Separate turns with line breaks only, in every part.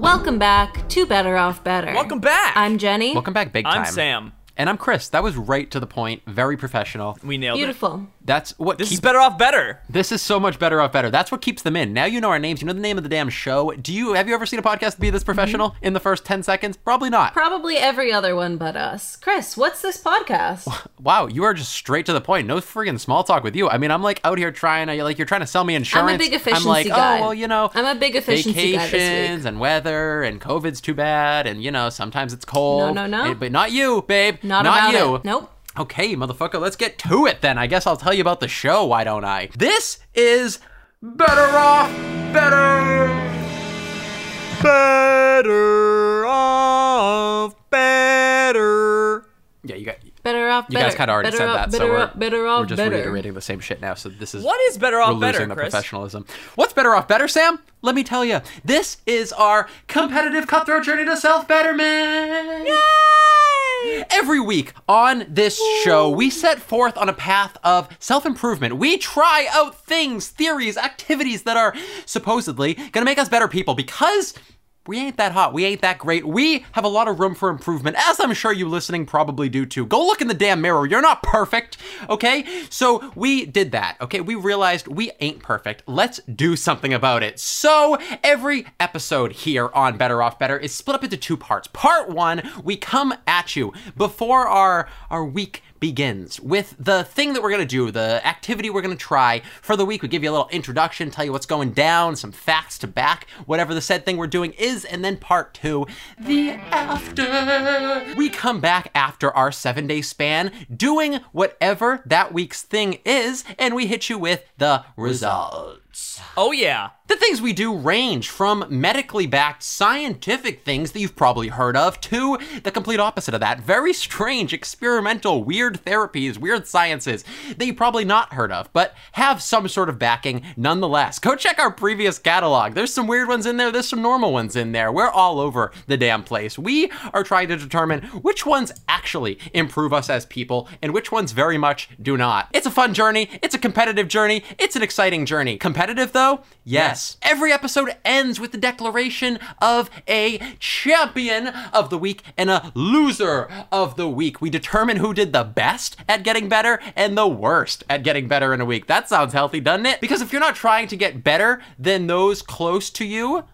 Welcome back to Better Off Better.
Welcome back.
I'm Jenny.
Welcome back, big time.
I'm Sam.
And I'm Chris. That was right to the point. Very professional.
We nailed it.
Beautiful.
That's what
This
keeps
is better off better.
This is so much better off better. That's what keeps them in. Now you know our names. You know the name of the damn show. Do you have you ever seen a podcast be this professional
Mm-hmm.
in the first ten seconds? Probably not.
Probably every other one but us. Chris, what's this podcast?
wow, you are just straight to the point. No friggin' small talk with you. I mean, I'm like out here trying. I- Like you're trying to sell me insurance.
I'm a big efficiency
I'm like,
guy.
oh well, you know,
I'm a big efficiency guy this week.
vacations and weather and COVID's too bad and you know sometimes it's cold.
No, no, no.
Eh, but not you, babe.
Not, about
you.
it. Nope.
Okay, motherfucker, let's get to it then. I guess I'll tell you about the show, why don't I? This is Better Off Better.
Better off better.
Yeah, you got
Better off.
you
better.
guys kind of already
better
said
off,
that,
Better
so we're,
off, better off.
we're just
better.
reiterating the same shit now. So this is
What is better off
we're losing
better,
the
Chris?
professionalism. What's better off better, Sam? Let me tell you. This is our competitive cutthroat journey to self-betterment. Every week on this show, we set forth on a path of self improvement. We try out things, theories, activities that are supposedly gonna make us better people because we ain't that hot. We ain't that great. We have a lot of room for improvement, as I'm sure you listening probably do too. Go look in the damn mirror. You're not perfect, okay? So we did that, okay? We realized we ain't perfect. Let's do something about it. So every episode here on Better Off Better is split up into two parts. Part one, we come at you before our our week begins with the thing that we're going to do, the activity we're going to try for the week. We give you a little introduction, tell you what's going down, some facts to back whatever the said thing we're doing is, and then part two, the after. We come back after our seven day span doing whatever that week's thing is, and we hit you with the results.
Oh yeah.
The things we do range from medically backed scientific things that you've probably heard of to the complete opposite of that. Very strange, experimental, weird therapies, weird sciences that you probably not heard of, but have some sort of backing nonetheless. Go check our previous catalog. There's some weird ones in there, there's some normal ones in there. We're all over the damn place. We are trying to determine which ones actually improve us as people and which ones very much do not. It's a fun journey, it's a competitive journey, it's an exciting journey. Competitive though? Yes. Every episode ends with the declaration of a champion of the week and a loser of the week. We determine who did the best at getting better and the worst at getting better in a week. That sounds healthy, doesn't it? Because if you're not trying to get better than those close to you,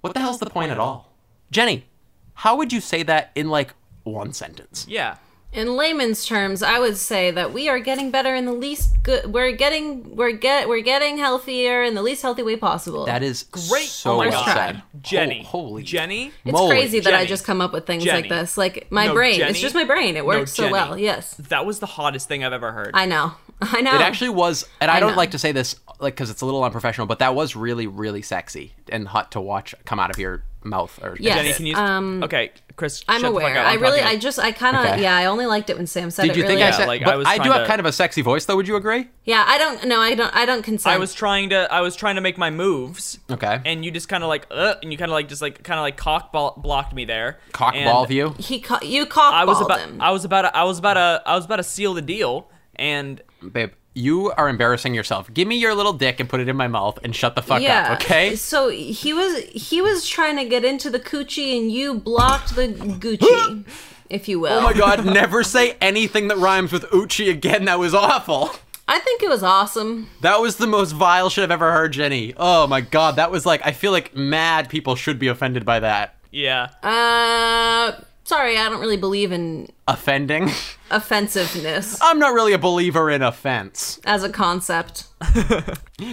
what the hell's the point at all? Jenny, how would you say that in like one sentence?
Yeah.
In layman's terms, I would say that we are getting better in the least good. We're getting we're get we're getting healthier in the least healthy way possible.
That is
Great.
So
oh my
well
god.
said.
Jenny.
Ho- holy
Jenny.
it's
moly.
crazy that I
Jenny.
just come up with things
Jenny.
like this. Like my
No,
brain,
Jenny.
it's just my brain. It
No,
works so
Jenny.
well. Yes,
That was the hottest thing I've ever heard.
I know. I know.
Oh.
It actually was, and I,
I
don't
know.
like to say this like because it's a little unprofessional, but that was really, really sexy and hot to watch come out of your mouth. Or
Yes.
Jenny, can you?
Um,
okay, Chris. shut
I'm
the fuck
aware.
up.
I
I'm
really,
talking.
I just, I kind of,
Okay.
yeah. I only liked it when Sam said
Did
it.
you
really
think I
is.
said?
like, I
but I,
was
do
trying
have
to-
kind of a sexy voice, though. Would you agree?
Yeah, I don't. No, I don't. I don't consent.
I was trying to. I was trying to make my moves.
Okay.
And you just kind of like, uh, and you kind of like, just like, kind of like cock ball- blocked me there. And
Cockball view.
he ca- you cockballed
I was about.
him.
I was about. To, I was about to. I was about to seal the deal. And
babe. You are embarrassing yourself. Give me your little dick and put it in my mouth and shut the fuck
yeah.
up, okay?
So he was he was trying to get into the coochie, and you blocked the Gucci, if you will.
Oh my god, never say anything that rhymes with Uchi again. That was awful.
I think it was awesome.
That was the most vile shit I've ever heard, Jenny. Oh my god, that was like I feel like mad people should be offended by that.
yeah.
Uh, sorry, I don't really believe in
Offending?
offensiveness
I'm not really a believer in offense.
as a concept.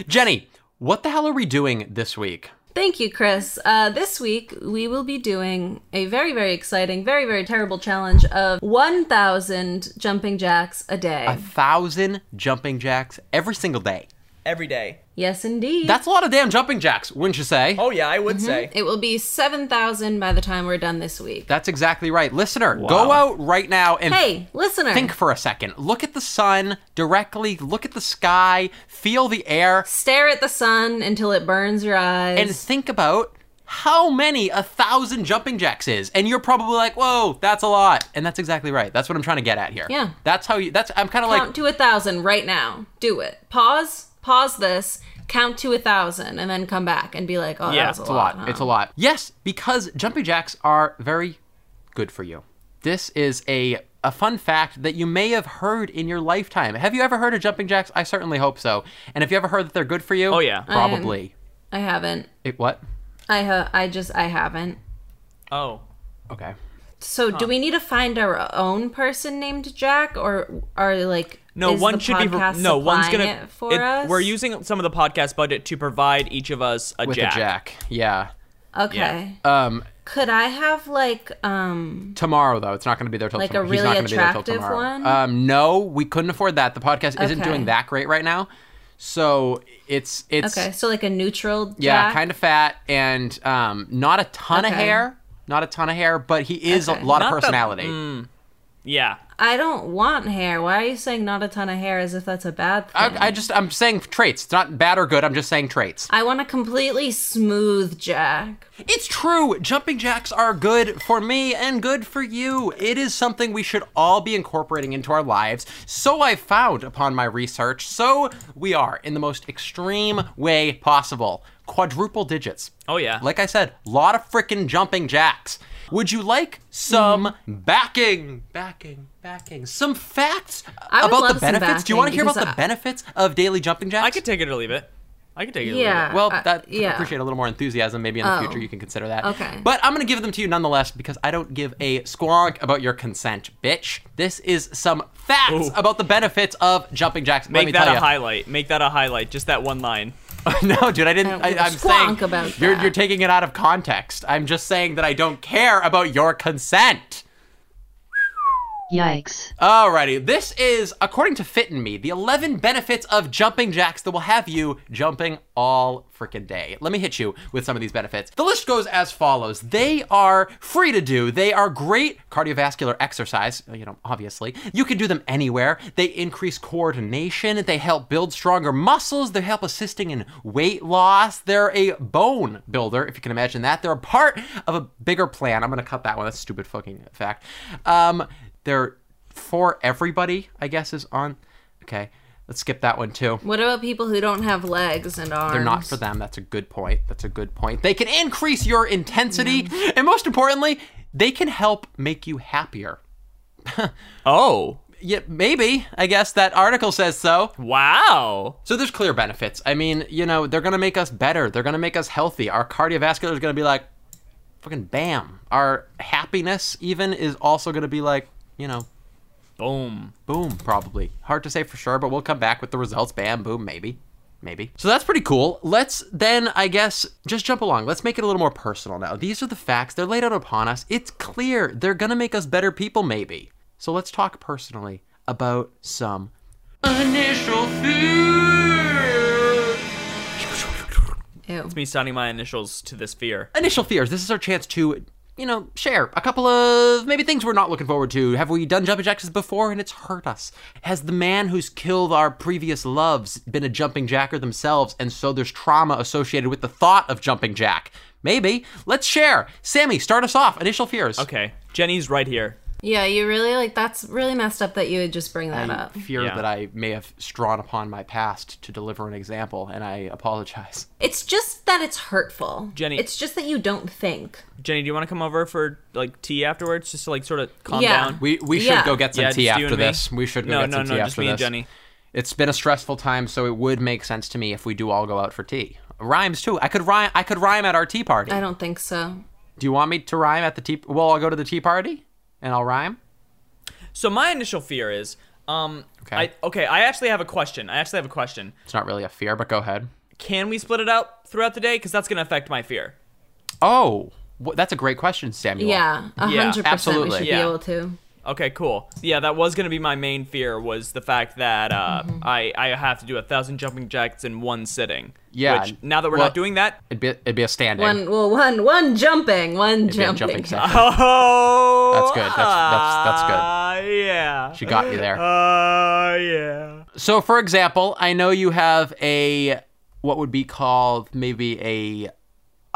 Jenny, what the hell are we doing this week?
Thank you, Chris. Uh, this week we will be doing a very, very exciting, very, very terrible challenge of 1,000 jumping jacks a day.
A thousand jumping jacks every single day.
Every day.
yes, indeed.
That's a lot of damn jumping jacks, wouldn't you say?
Oh yeah, I would say.
it will be 7,000 by the time we're done this week.
That's exactly right. Listener, go out right now and
hey, listener.
think for a second. Look at the sun directly, look at the sky, feel the air,
Stare at the sun until it burns your eyes.
and think about how many a thousand jumping jacks is, and you're probably like, "Whoa, that's a lot," and that's exactly right. That's what I'm trying to get at here.
Yeah.
that's how you. That's I'm kind of
Count
like
to a thousand right now. Do it. Pause. Pause this. Count to a thousand, and then come back and be like, "Oh,
Yeah,
that's a
it's
a lot.
lot." huh?
It's a lot. Yes, because jumping jacks are very good for you. This is a a fun fact that you may have heard in your lifetime. Have you ever heard of jumping jacks? I certainly hope so. And have you ever heard that they're good for you?
Oh, yeah. I
am.
probably.
I haven't.
It what?
I ha- I just I haven't.
Oh.
Okay.
So do we need to find our own person named Jack, or are like
No,
is
one
the
should be.
podcast
no, one's
supplying
gonna.
it for
it-
us.
We're using some of the podcast budget to provide each of us a
With
jack.
a jack. Yeah.
Okay.
Um,
Could I have like um
tomorrow though. It's not going to be there till
Like a
tom- he's
really
not gonna be there till
attractive
tomorrow.
one?
Um, no, we couldn't afford that. The podcast isn't
Okay.
doing that great right now, so it's it's
okay, so like a neutral Jack?
yeah, kind of fat and um, not a ton of
Okay.
hair, not a ton of hair, but he is
Okay.
a lot
Not
of
that-
personality.
Yeah.
I don't want hair. Why are you saying not a ton of hair as if that's a bad thing?
I, I just I'm saying traits. It's not bad or good. I'm just saying traits.
I want a completely smooth Jack.
It's true. Jumping jacks are good for me and good for you. It is something we should all be incorporating into our lives. So I found upon my research. So we are in the most extreme way possible. Quadruple digits.
Oh, yeah.
Like I said, lot of freaking jumping jacks. Would you like some backing? Backing, backing. Some facts
I would
about
love
the
some
benefits. Do you want to
backing
hear about
because uh,
the
I-
benefits of daily jumping jacks?
I could take it or leave it. I could take it. Or leave
Yeah.
it.
Well,
Uh,
that
yeah. Oh.
appreciate a little more enthusiasm. Maybe in the future you can consider that.
Okay.
But I'm gonna give them to you nonetheless because I don't give a squawk about your consent, bitch. This is some facts
Ooh.
about the benefits of jumping jacks. Let me
Make that
tell
a
you.
highlight. Make that a highlight. Just that one line.
no, dude, I didn't.
I don't
I
give a
I'm saying
squawk about
you're
that.
you're taking it out of context. I'm just saying that I don't care about your consent.
Yikes.
Alrighty, this is, according to Fit and Me, the 11 benefits of jumping jacks that will have you jumping all freaking day. Let me hit you with some of these benefits. The list goes as follows They are free to do, they are great cardiovascular exercise, you know, obviously. You can do them anywhere. They increase coordination, they help build stronger muscles, they help assisting in weight loss. They're a bone builder, if you can imagine that. They're a part of a bigger plan. I'm gonna cut that one, that's a stupid fucking fact. Um, they're for everybody, I guess, is on. Okay, let's skip that one too.
What about people who don't have legs and arms?
They're not for them. That's a good point. That's a good point. They can increase your intensity, and most importantly, they can help make you happier.
Oh.
Yeah, maybe. I guess that article says so.
Wow.
So there's clear benefits. I mean, you know, they're gonna make us better. They're gonna make us healthy. Our cardiovascular is gonna be like, fucking bam. Our happiness even is also gonna be like, you know,
Boom.
Boom, probably. Hard to say for sure, but we'll come back with the results. Bam, boom, maybe. Maybe. So that's pretty cool. Let's then, I guess, just jump along. Let's make it a little more personal now. These are the facts. They're laid out upon us. It's clear they're going to make us better people, maybe. So let's talk personally about some initial fears.
Ew.
Me signing my initials to this fear.
Initial fears. This is our chance to, you know, share a couple of maybe things we're not looking forward to. Have we done jumping jacks before and it's hurt us? Has the man who's killed our previous loves been a jumping jacker themselves and so there's trauma associated with the thought of jumping jack? Maybe. Let's share. Sammy, start us off. Initial fears.
Okay. Jenny's right here.
Yeah, you really like that's really messed up that you would just bring that
I
up.
fear
Uh, Yeah.
that I may have strawn upon my past to deliver an example, and I apologize.
It's just that it's hurtful.
Jenny-
It's just that you don't think.
Jenny, do you want to come over for like tea afterwards, just to like sort of calm
Yeah.
down?
We we should
Yeah.
go get some
yeah,
tea
just you
after
and me.
this. We should go
no,
get
no,
some
no,
tea
just
after
me
this.
and Jenny.
it's been a stressful time, so it would make sense to me if we do all go out for tea. Rhymes too. I could rhyme. I could rhyme at our tea party.
I don't think so.
Do you want me to rhyme at the tea? Well, I'll go to the tea party and I'll rhyme.
So my initial fear is, um,
Okay.
I okay, I actually have a question. I actually have a question.
It's not really a fear, but go ahead.
Can we split it out throughout the day? Because that's gonna affect my fear.
Oh, wh- that's a great question, Samuel.
Yeah, a
Yeah,
hundred percent. We
absolutely.
should
Yeah.
be able to.
Okay, cool. Yeah, that was gonna be my main fear was the fact that uh, I I have to do a thousand jumping jacks in one sitting.
Yeah,
Which now that we're
well-
not doing that,
It'd be it'd be a standing.
One, well, one, one jumping, one
It'd be a
jumping.
jumping section.
oh,
That's good. That's- that's- that's good.
Uh, yeah.
She got you there.
Uh, yeah.
So, for example, I know you have a what would be called maybe a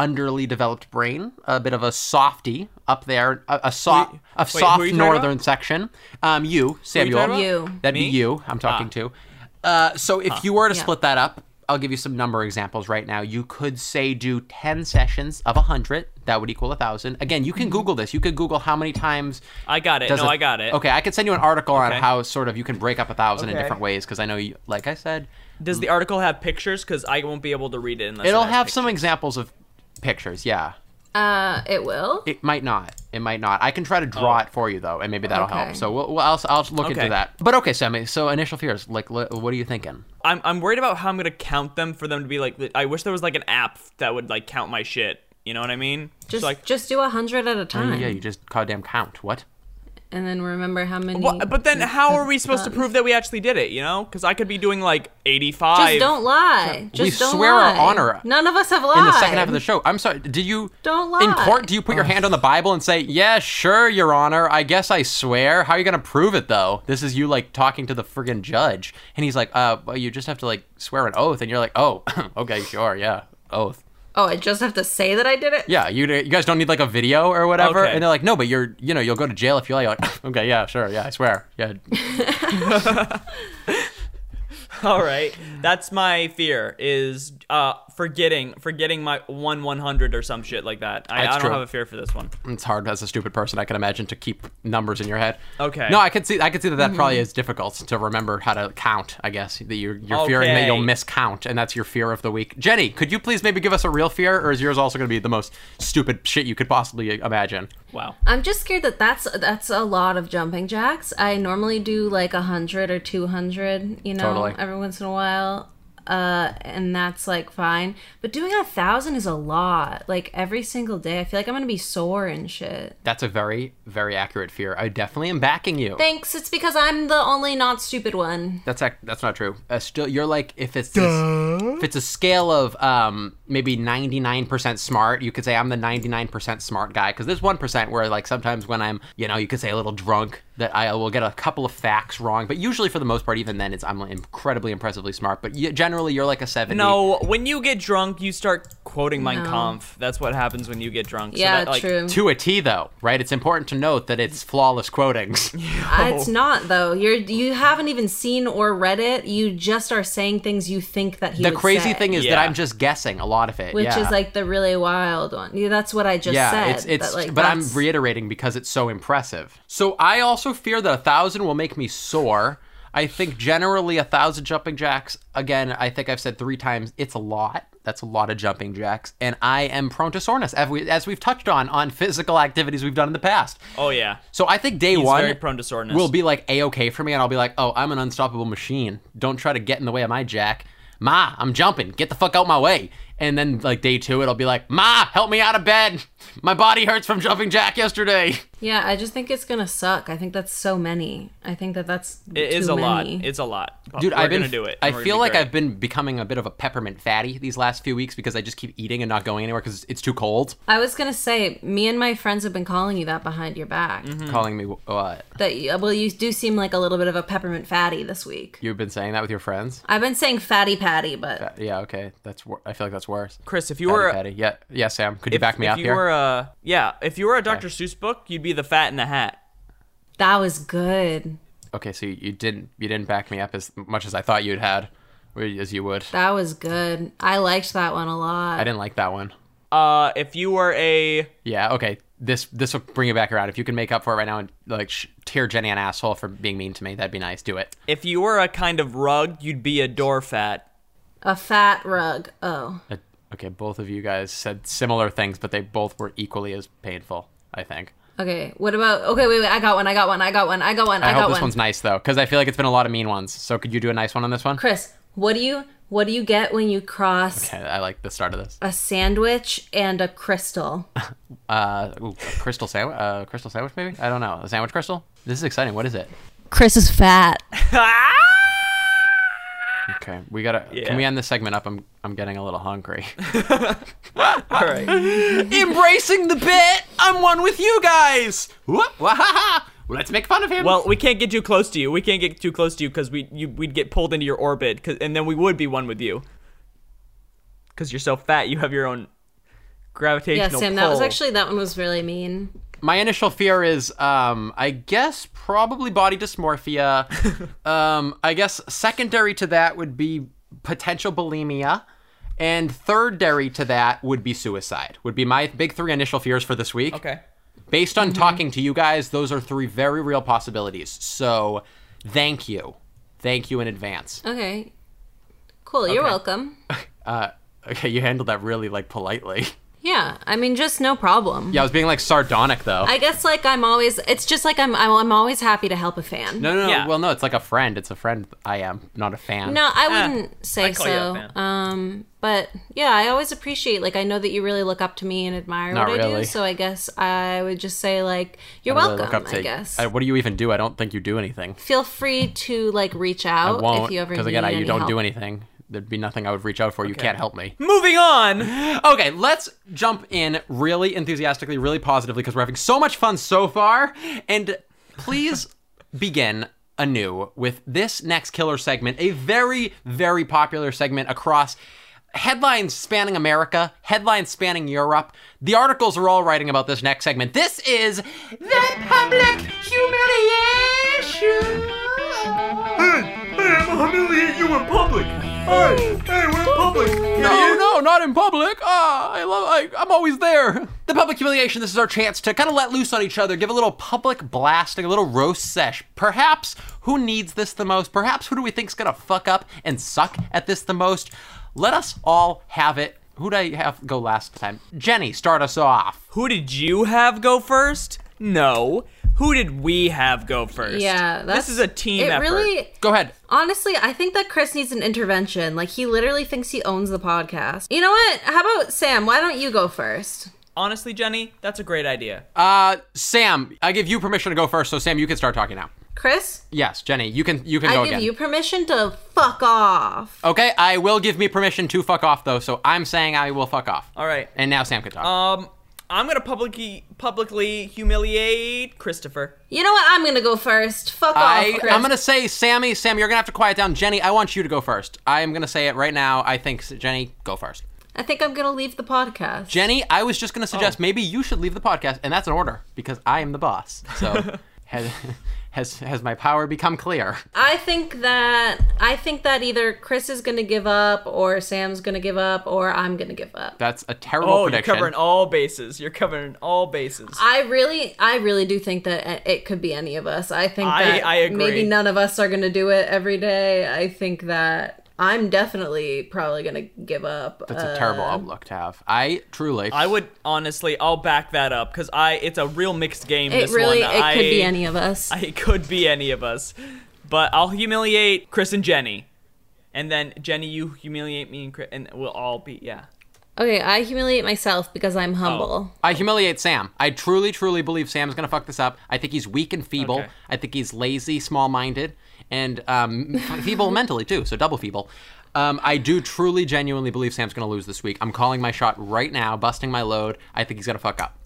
underly developed brain, a bit of a softy up there, a, a soft,
Wait,
a
who
soft
are you talking
northern section. Um, you, Samuel,
talking
about? You.
that'd
Me? Ah.
be you. I'm talking to. Uh, so if you were to
Yeah.
split that up, I'll give you some number examples right now. You could say do ten sessions of hundred. That would equal a thousand. Again, you
Mm-hmm.
can Google this. You could Google how many times
I got it.
does
no,
a-
I got it.
Okay, I could send you an article
Okay.
on how sort of you can break up a thousand in
Okay.
different ways because I know, you, like I said,
Does the article have pictures? Because I won't be able to read it unless
it'll
it has
have
pictures.
some examples of pictures. Yeah,
Uh, it will.
it might not. It might not. I can try to draw
Oh.
it for you though, and maybe that'll
Okay.
help. So we'll, we'll I'll, I'll look
Okay.
into that. But okay, Sammy. So initial fears, like, li- what are you thinking?
I'm I'm worried about how I'm gonna count them for them to be like. li- I wish there was like an app that would like count my shit. You know what I mean?
just
like.
just do a hundred at a
Hmm.
time,
Oh, Yeah, you just goddamn count. What?
and then remember how many.
What, but then, how are we supposed to prove that we actually did it? You know, because I could be doing like 85.
Just don't lie. Just don't
swear our
lie.
honor
None of us have lied.
In the second half of the show, I'm sorry. Did you
Don't
in
lie.
court? Do you put your hand on the Bible and say, "Yeah, sure, Your Honor. I guess I swear." How are you gonna prove it though? This is you like talking to the friggin' judge, and he's like, "Uh, well, you just have to like swear an oath," and you're like, "Oh, okay, sure, yeah, oath."
oh, I just have to say that I did it.
Yeah, you, you guys don't need like a video or whatever,
Okay.
and they're like, "No, but you're you know you'll go to jail if you lie." You're like, "Okay, yeah, sure, yeah, I swear, yeah."
All right, that's my fear is uh forgetting forgetting my one 100 or some shit like that. I, I
That's
don't
true. Mm.
have a fear for this one.
It's hard as a stupid person, I can imagine, to keep numbers in your head.
Okay.
No, I could see. I could see that that probably is difficult to remember how to count. I guess that you're you're fearing that
Okay.
you'll miscount, and that's your fear of the week. Jenny, could you please maybe give us a real fear, or is yours also going to be the most stupid shit you could possibly imagine?
Wow.
I'm just scared that that's that's a lot of jumping jacks. I normally do like a hundred or two hundred, you know,
Totally.
every once in a while, uh, and that's like fine. But doing a thousand is a lot. Like every single day, I feel like I'm gonna be sore and shit.
That's a very very accurate fear. I definitely am backing you.
Thanks. It's because I'm the only not stupid one.
That's ac- that's not true. Uh, still, you're like if it's this, if it's a scale of um maybe 99% smart, you could say I'm the 99% smart guy because there's one percent where like sometimes when I'm you know you could say a little drunk that I will get a couple of facts wrong, but usually for the most part even then it's I'm incredibly impressively smart. But you, generally you're like a 70.
No, when you get drunk, you start quoting Mein
No.
Kampf. That's what happens when you get drunk. So
yeah,
that, like,
true.
To a T though, right? It's important to note that it's flawless quotings.
Uh, It's not though. You're you haven't even seen or read it. You just are saying things you think that he.
the
would
crazy
say,
thing is
Yeah.
that I'm just guessing a lot of it,
which
yeah.
is like the really wild one. Yeah, that's what I just
yeah,
said.
it's it's
that, like,
but I'm
that's-
reiterating because it's so impressive. So I also fear that a thousand will make me sore. I think generally a thousand jumping jacks. Again, I think I've said three times. It's a lot. That's a lot of jumping jacks, and I am prone to soreness, as, we, as we've touched on on physical activities we've done in the past.
Oh yeah.
So I think day one
very prone to soreness.
will be like a okay for me, and I'll be like, oh, I'm an unstoppable machine. Don't try to get in the way of my jack. Ma, I'm jumping. Get the fuck out my way. And then like day two, it'll be like, Ma, help me out of bed. My body hurts from jumping jack yesterday.
Yeah, I just think it's gonna suck. I think that's so many. I think that that's
It is
too
a lot.
many.
It's a lot. But
Dude,
we're
I've been
gonna do it.
I
We're gonna
feel
be
like
great.
I've been becoming a bit of a peppermint fatty these last few weeks because I just keep eating and not going anywhere because it's too cold.
I was gonna say, me and my friends have been calling you that behind your back.
Calling me what?
That you, well, you do seem like a little bit of a peppermint fatty this week.
You've been saying that with your friends? Uh,
I've been saying fatty patty, but
Yeah, okay. That's wor- I feel like that's worse.
Chris, if you
Fatty
were
Patty. Yeah, yeah, Sam. Could you
if,
back me
if
up
you
here?
were a yeah, if you were a Dr. Seuss book, you'd be the fat in the hat.
that was good.
Okay, so you didn't you didn't back me up as much as I thought you'd had, or as you would.
That was good. I liked that one a
I
lot.
didn't like that one.
Uh, if you were a
Yeah, okay. This this will bring it back around. If you can make up for it right now and like sh- tear Jenny an asshole for being mean to me, that'd be nice. Do it.
if you were a kind of rug, you'd be a door fat.
A fat rug. Oh,
Uh, Okay, both of you guys said similar things, but they both were equally as painful. I think.
okay. What about? Okay, wait, wait. I got one. I got one. I got one. I got one. I,
I,
got
hope this
one.
one's nice though, because I feel like it's been a lot of mean ones. So could you do a nice one on this one?
Chris, what do you what do you get when you cross
I, I like the start of this.
a sandwich and a crystal?
Uh, ooh, a crystal sandwich. Uh, crystal sandwich, maybe. I don't know. A sandwich crystal. This is exciting. What is it?
Chris is fat.
Okay, we gotta.
Yeah.
Can we end this segment up? I'm I'm getting a little hungry.
All right.
Embracing the bit, I'm one with you guys. Whoop, wahaha. Let's make fun of him.
Well, we can't get too close to you. We can't get too close to you because we you, we'd get pulled into your orbit, 'cause- and then we would be one with you. Because you're so fat, you have your own
Yeah,
gravitational
Sam, that was
pull.
actually that one was really mean.
My initial fear is, um, I guess, probably body dysmorphia. um, I guess secondary to that would be potential bulimia. And thirdary to that would be suicide, would be my big three initial fears for this week.
Okay.
Based
Mm-hmm.
on talking to you guys, those are three very real possibilities. So thank you. Thank you in advance.
Okay. Cool, you're welcome.
Uh, okay, you handled that really like politely.
Yeah, I mean just no problem.
Yeah, I was being like sardonic though.
I guess like I'm always it's just like I'm I'm, I'm always happy to help a fan.
no, no, no.
Yeah.
Well, no, it's like a friend. It's a friend. I am not a fan.
No, I
Eh,
wouldn't say
I'd call you a
so.
fan.
Um, but yeah, I always appreciate like I know that you really look up to me and admire
Not
what I do.
really.
So I guess I would just say like you're
I really
welcome.
look up to-
I guess
what do you even do? I don't think you do anything.
feel free to like reach
I
out
won't
if you ever
because
need
again, I,
any
you don't
help.
do anything. There'd be nothing I would reach out for. You can't help me.
Moving on.
Okay, let's jump in really enthusiastically, really positively because we're having so much fun so far. And please begin anew with this next killer segment, a very, very popular segment across headlines spanning America, headlines spanning Europe. The articles are all writing about this next segment. This is the public humiliation.
I'll humiliate you in public. Hey, hey, we're in public.
No, no, not in public. Ah, I love. I, I'm always there. The public humiliation. This is our chance to kind of let loose on each other, give a little public blasting, a little roast sesh. Perhaps who needs this the most? Perhaps who do we think's gonna fuck up and suck at this the most? Let us all have it. Who'd I have go last time? Jenny, start us off.
Who did you have go first? No. Who did we have go first?
Yeah, that's,
this is a team
It
effort.
really,
Go ahead.
honestly, I think that Chris needs an intervention. Like he literally thinks he owns the podcast. You know what? How about Sam? Why don't you go first?
Honestly, Jenny, that's a great idea.
Uh, Sam, I give you permission to go first. So Sam, you can start talking now.
Chris,
Yes, Jenny, you can. You can
I
go
give
again.
you permission to fuck off.
okay, I will give me permission to fuck off though. So I'm saying I will fuck off.
All right.
And now Sam can talk.
Um, I'm gonna publicly publicly humiliate Christopher.
You know what? I'm gonna go first. Fuck
Oh,
I,
off, Chris.
I'm gonna say, Sammy, Sam, you're gonna have to quiet down. Jenny, I want you to go first. I am gonna say it right now. I think Jenny, go first.
I think I'm gonna leave the podcast.
Jenny, I was just gonna
Oh.
suggest maybe you should leave the podcast, and that's an order because I am the boss. So has, has has my power become clear?
I think that I think that either Chris is gonna give up, or Sam's gonna give up, or I'm gonna give up.
That's a terrible
Oh, you're
prediction.
covering all bases. You're covering all bases.
I really, I really do think that it could be any of us. I think
I-
that
I agree.
maybe none of us are gonna do it every day. I think that I'm definitely probably gonna give up. uh,
that's a terrible outlook to have. I truly.
uh, I would honestly, I'll back that up because I it's a real mixed game.
It
this
really,
one.
it
I,
could be any of us.
I- It could be any of us, but I'll humiliate Chris and Jenny, and then Jenny, you humiliate me and Chris, and we'll all be yeah.
okay, I humiliate myself because
Oh,
I'm humble.
I humiliate Sam. I truly, truly believe Sam's gonna fuck this up. I think he's weak and feeble.
Okay.
I think he's lazy, small-minded, and um, feeble mentally too. So double feeble. Um, I do truly, genuinely believe Sam's gonna lose this week. I'm calling my shot right now, busting my load. I think he's gonna fuck up.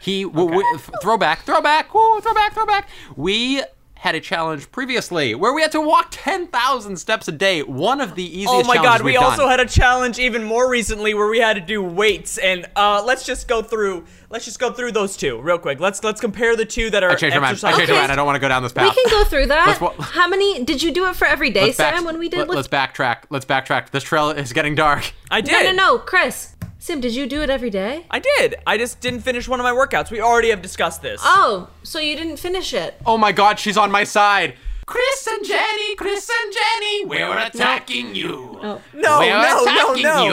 He w- w- f- throwback, throwback, woo, throwback, throwback. We had a challenge previously where we had to walk 10,000 steps a day. One of the easiest.
Oh my
challenges
god, we
we've done.
also had a challenge even more recently where we had to do weights and uh let's just go through let's just go through those two real quick. Let's let's compare the two that are
I changed my mind. I
exercise.
changed my
Okay.
mind. I don't want to go down this path.
We can go through that.
Let's wa-
How many did you do it for every day, Sam? when we did,
let, us backtrack. Let's backtrack. This trail is getting dark.
I did.
no, no, no, Chris. Sam, did you do it every day?
I did. I just didn't finish one of my workouts. We already have discussed this.
Oh, so you didn't finish it.
Oh my God, she's on my side. Chris and Jenny, Chris and Jenny, we're attacking you.
Oh.
no,
we're
no, no,
attacking
no.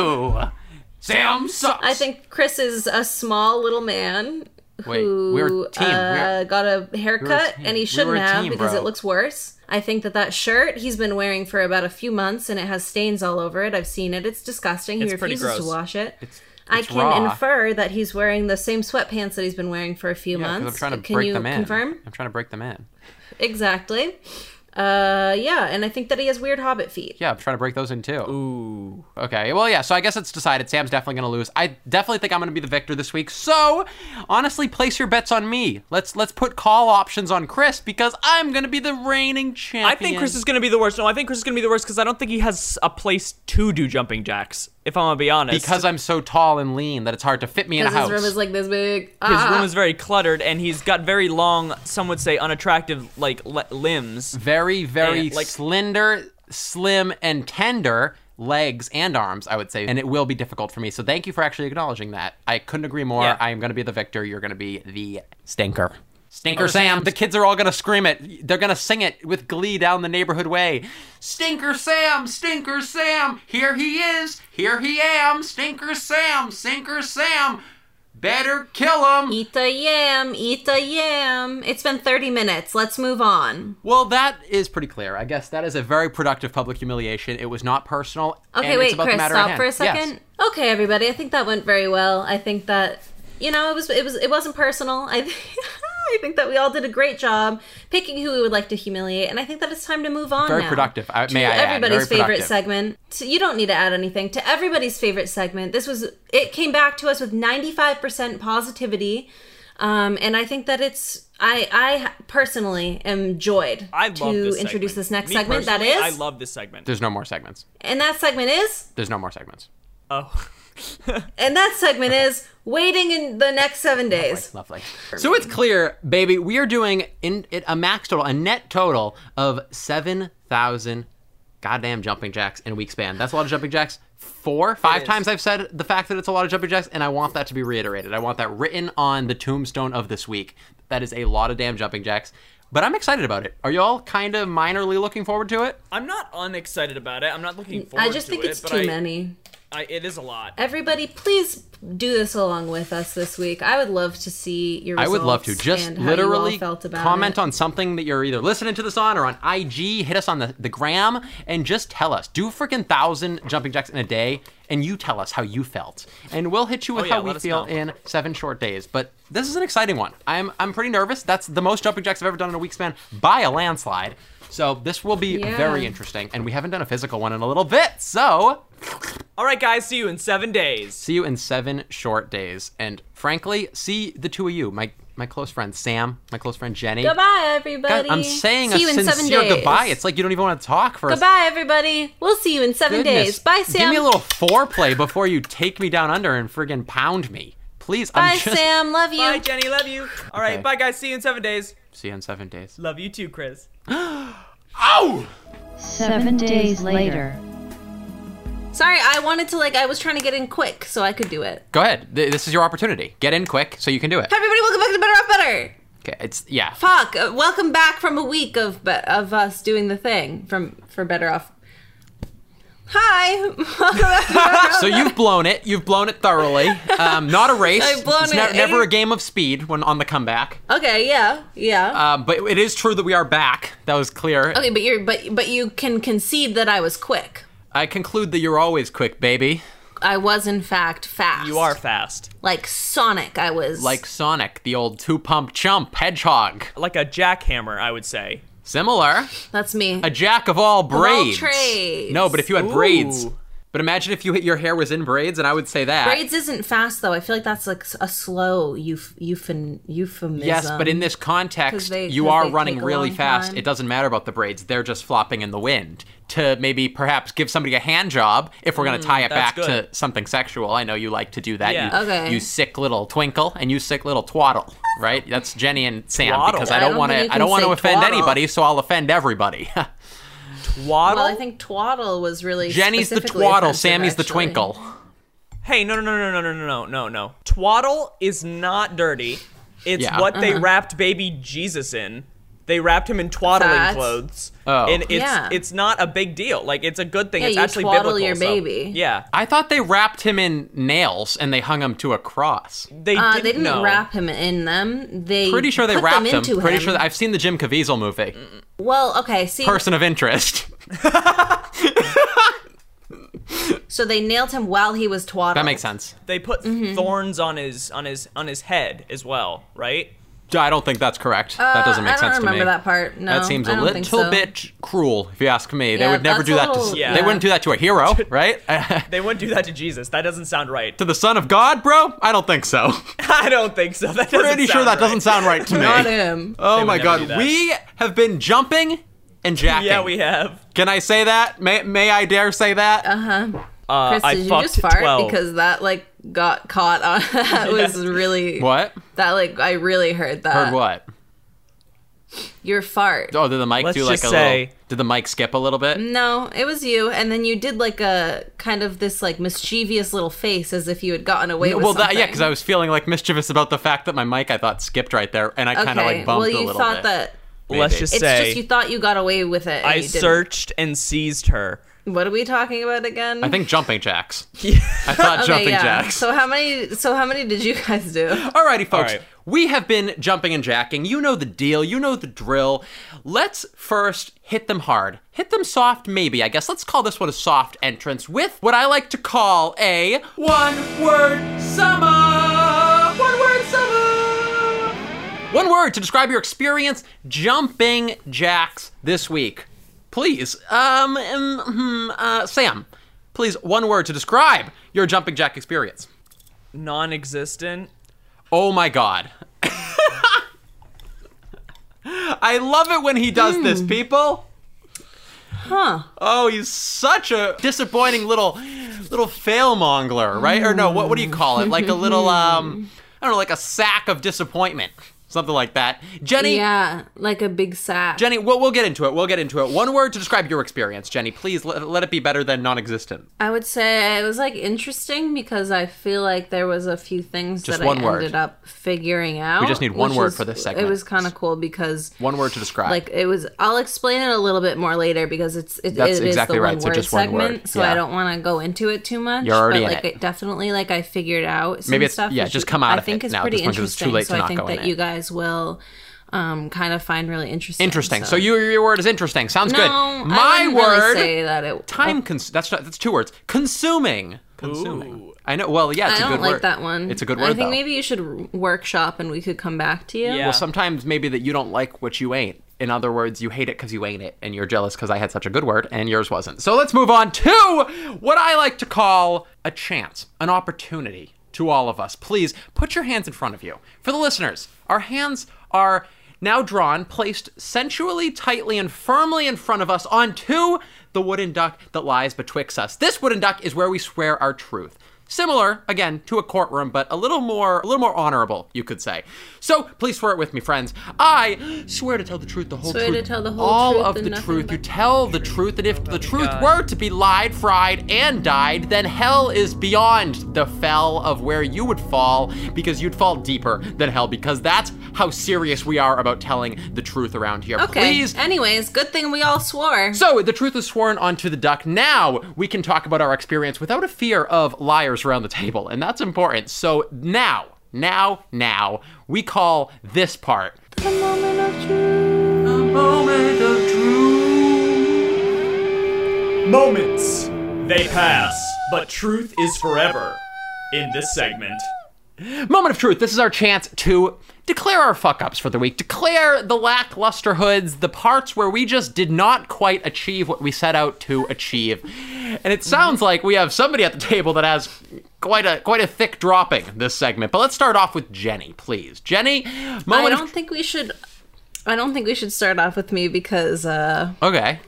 you. Sam sucks.
I think Chris is a small little man
Wait,
who
we were team. We
Uh,
were-
got a haircut
team.
and
We
he shouldn't
were a
have
team,
because
bro.
it looks worse. I think that that shirt he's been wearing for about a few months and it has stains all over it. I've seen it. It's disgusting. he
It's pretty
refuses to
gross.
wash it.
It's-
I
it's
can
raw.
infer that he's wearing the same sweatpants that he's been wearing for a few
Yeah, 'cause
months.
I'm trying to
can
break
you
them in.
confirm?
I'm trying to break them in.
Exactly. Uh, yeah, and I think that he has weird hobbit feet.
Yeah, I'm trying to break those in too. Ooh. Okay. Well, yeah. So I guess it's decided. Sam's definitely going to lose. I definitely think I'm going to be the victor this week. So, honestly, place your bets on me. Let's let's put call options on Chris because I'm going to be the reigning champion.
I think Chris is going to be the worst. No, I think Chris is going to be the worst because I don't think he has a place to do jumping jacks. If If I'm gonna be honest,
because I'm so tall and lean that it's hard to fit me in a
Because
house.
his room is like this big.
his
Ah.
room is very cluttered, and he's got very long, some would say unattractive, like le- limbs.
very, very
And, like-
slender, slim, and tender legs and arms, I would say. And it will be difficult for me. So thank you for actually acknowledging that. I couldn't agree more.
Yeah.
I am going to be the victor. You're going to be the stinker. Stinker Sam. The kids are all going to scream it. They're going to sing it with glee down the neighborhood way. Stinker Sam, Stinker Sam, here he is, here he am, Stinker Sam, Stinker Sam. Better kill him.
Eat the yam, eat the yam. It's been 30 minutes. Let's move on.
Well, that is pretty clear. I guess that is a very productive public humiliation. It was not personal.
Okay,
and it's
wait,
about the
Chris,
matter at
stop
hand.
for a
Yes.
second. Okay, everybody, I think that went very well. I think that you know it was it was it wasn't personal. I think I think that we all did a great job picking who we would like to humiliate, and I think that it's time to move on.
Very
now
productive. I-
to
may I add,
everybody's
very productive.
favorite segment. To- you don't need to add anything to everybody's favorite segment. This was it came back to us with ninety five percent positivity, um, and I think that it's. I, I personally am joyed
I love
to
this
introduce
segment.
this next
Me
segment. That
personally,
is,
I love this segment.
There's no more segments.
and that segment is
There's no more segments.
oh,
And that segment is waiting in the next seven days.
Lovely. So it's clear, baby. We are doing in it, a max total, a net total of seven thousand goddamn jumping jacks in a week span. That's a lot of jumping jacks. Four, five
is.
times I've said the fact that it's a lot of jumping jacks, and I want that to be reiterated. I want that written on the tombstone of this week. That is a lot of damn jumping jacks. But I'm excited about it. Are y'all kind of minorly looking forward to it?
I'm not unexcited about it. I'm not looking forward.
I just
to
think
it,
it's
but
too
I-
many.
I, it is a lot.
Everybody, please do this along with us this week. I would love to see your
I
results.
would love to. Just
and how you all
literally
felt about
comment
it.
on something that you're either listening to this on or on IG. Hit us on the, the gram and just tell us. Do freaking thousand jumping jacks in a day and you tell us how you felt. And we'll hit you with
Oh, yeah,
how we
let us
feel
know.
in seven short days. But this is an exciting one. I'm I'm pretty nervous. That's the most jumping jacks I've ever done in a week span by a landslide. So this will be
Yeah.
very interesting. And we haven't done a physical one in a little bit. So
All right, guys, see you in seven days.
see you in seven short days. And frankly, see the two of you, my my close friend Sam, my close friend Jenny.
Goodbye, everybody.
God, I'm saying
see
a
you in seven
sincere
days.
goodbye. It's like you don't even want to talk for a
goodbye, everybody. We'll see you in seven
goodness.
days. Bye, Sam.
Give me a little foreplay before you take me down under and friggin' pound me. Please,
Bye,
I'm just.
Sam. Love you.
Bye, Jenny. Love you. All right,
Okay.
bye, guys. See you in seven days.
See you in seven days.
Love you too, Chris.
Oh!
Seven days later.
Sorry, I wanted to like I was trying to get in quick so I could do it.
Go ahead. Th- This is your opportunity. Get in quick so you can do it.
Everybody, welcome back to Better Off Better.
Okay, it's yeah.
Fuck! Uh, welcome back from a week of be- of us doing the thing from for better off. Hi.
So you've blown it. You've blown it thoroughly. Um, not a race.
I've blown
it's ne-
it.
never a game of speed when on the comeback.
okay, yeah, yeah.
Um, but it is true that we are back. That was clear.
okay, but you're but but you can concede that I was quick.
I conclude that you're always quick, baby.
I was in fact fast.
You are fast,
like Sonic. I was
Like Sonic, the old two-pump chump hedgehog.
like a jackhammer, I would say.
Similar.
that's me.
a jack of all
all
braids.
trades.
No, but if you had braids.
Ooh.
But imagine if you your hair was in braids, and I would say that.
Braids isn't fast though. I feel like that's like s- a slow euf- euphem- euphemism.
Yes, but in this
um, 'Cause
context,
they-
you
'cause
are
they
running
take a
really
long
fast.
time.
It doesn't matter about the braids; they're just flopping in the wind. To maybe perhaps give somebody a hand job if we're going to tie it back
Mm, that's
to something sexual. I know you like to do that.
Yeah.
You,
Okay.
you sick little twinkle and you sick little twaddle, right? That's Jenny and Sam
Twaddle.
because I
I
don't
don't
want
think you
to. I
can
don't want to
say
offend
twaddle.
anybody, so I'll offend everybody.
Twaddle.
well, I think twaddle was really
Jenny's the
specifically
twaddle,
offensive,
Sammy's the
actually.
twinkle.
hey, no, no, no, no, no, no, no, no, no. Twaddle is not dirty. It's
Yeah.
what
Uh-huh.
they wrapped baby Jesus in. They wrapped him in twaddling
That's-
clothes,
Oh.
and it's
Yeah.
it's not a big deal. Like it's a good thing.
Yeah,
it's
you
actually
twaddle
biblical.
your
so-
baby.
Yeah,
I thought they wrapped him in nails and they hung him to a cross.
they
Uh,
didn't,
they didn't
know.
wrap him in them. They
Pretty sure they
put
wrapped
them
him.
into
Pretty
him.
sure that, I've seen the Jim Caviezel movie,
well, okay. See,
Person of Interest.
so they nailed him while he was twaddling.
That makes sense.
They put
Mm-hmm.
thorns on his on his on his head as well, right?
I don't think that's correct. that doesn't make
Uh, I don't
sense
remember
to me.
that part. No,
That seems
I
a
don't
little
think so.
bit cruel, if you ask me. they
Yeah,
would never
that's
do
a
that.
little-
to,
Yeah.
They wouldn't do that to a hero, right?
They wouldn't do that to Jesus. That doesn't sound right.
to the Son of God, bro? I don't think so.
I don't think so. That doesn't
Pretty sure
sound
that
right.
doesn't sound right to me.
Not him.
Oh
would
my
never do
God,
that.
we have been jumping and jacking.
Yeah, we have.
Uh-huh.
Can I say that? May May I dare say that? Uh huh.
Uh,
Chris,
I
did you
fucked
just fart?
12.
Because that like got caught on. that was really
What?
That like I really heard that.
Heard what?
Your fart.
Oh, did the mic
Let's
do like
just
a
say-
little? Did the mic skip a little bit?
No, it was you, and then you did like a kind of this like mischievous little face as if you had gotten away with
well, that, yeah,
something.
because I was feeling like mischievous about the fact that my mic I thought skipped right there, and I kind of
okay.
like bumped
well,
a
you
little
thought
bit.
that
Let's
Maybe.
just
it's
say
just you thought you got away with it. and
I
you didn't.
searched and seized her.
What are we talking about again?
I think jumping jacks. I thought
Okay,
jumping
yeah.
jacks.
So how many? So how many did you guys do?
Alrighty, folks.
right.
We have been jumping and jacking. You know the deal. You know the drill. Let's first hit them hard. Hit them soft, maybe. I guess let's call this one a soft entrance with what I like to call a one word summer. One word summer. One word to describe your experience jumping jacks this week. Please, um, um, hmm, uh, Sam, please, one word to describe your jumping jack experience.
Non-existent.
Oh my god. I love it when he does this, people.
Hmm. Huh?
Oh, he's such a disappointing little little fail mongler, right? Or no, what what do you call it? Like a little um I don't know, like a sack of disappointment. Something like that. Jenny
Yeah, like a big sack.
Jenny, we'll, we'll get into it. We'll get into it. One word to describe your experience, Jenny. Please let, let it be better than non existent.
I would say it was like interesting because I feel like there was a few things
Just
that
one
I
word.
ended up figuring out.
just need one
which
word
is-
for this segment.
It was kind of cool because
One word to describe.
like it was. I'll explain it a little bit more later because it's it,
That's
it is
exactly
the
right,
one
so
word
just one
segment.
word,
So
yeah.
I don't want to go into it too much.
You're already
but
in
like
it.
definitely like I figured out some
Maybe it's-
stuff.
yeah,
which
just come out
I
of it
think it's
now at
pretty
this point 'cause it's too
interesting.
late
so
to
I
not
think
go in
that
it.
you guys will um, kind of find really interesting.
Interesting. So, you, your word is interesting. Sounds
No,
good.
I
My
wouldn't really
word.
say that it
time cons- that's not that's two words consuming consuming i know well yeah it's
I
a
don't
good
like
word
that one.
it's a good
I
word
think
though
maybe you should workshop and we could come back to you.
Yeah.
well sometimes maybe that you don't like what you ain't in other words you hate it because you ain't it and you're jealous because i had such a good word and yours wasn't so let's move on to what i like to call a chance an opportunity to all of us please put your hands in front of you for the listeners our hands are now drawn, placed sensually, tightly, and firmly in front of us onto the wooden duck that lies betwixt us. This wooden duck is where we swear our truth. Similar, again, to a courtroom, but a little more, a little more honorable, you could say. So please swear it with me, friends. I swear to tell the truth, the whole
Swear to
truth,
tell the whole
all
truth
of
and
the
nothing
truth.
but
You
the
tell the truth, and if the truth were to be lied, fried, and died, then hell is beyond the fell of where you would fall, because you'd fall deeper than hell, because that's how serious we are about telling the truth around here.
Okay.
Please
Anyways, good thing we all swore.
so the truth was sworn onto the duck. Now we can talk about our experience without a fear of liars around the table, and that's important. So now, now, now, we call this part
Moment of truth.
Moments they pass, but truth is forever. In this segment,
moment of truth. This is our chance to declare our fuck ups for the week, declare the lackluster hoods, the parts where we just did not quite achieve what we set out to achieve. And it sounds like we have somebody at the table that has quite a quite a thick dropping this segment. But let's start off with Jenny, please. Jenny,
I
moment of
don't think we should. I don't think we should start off with me because uh,
Okay.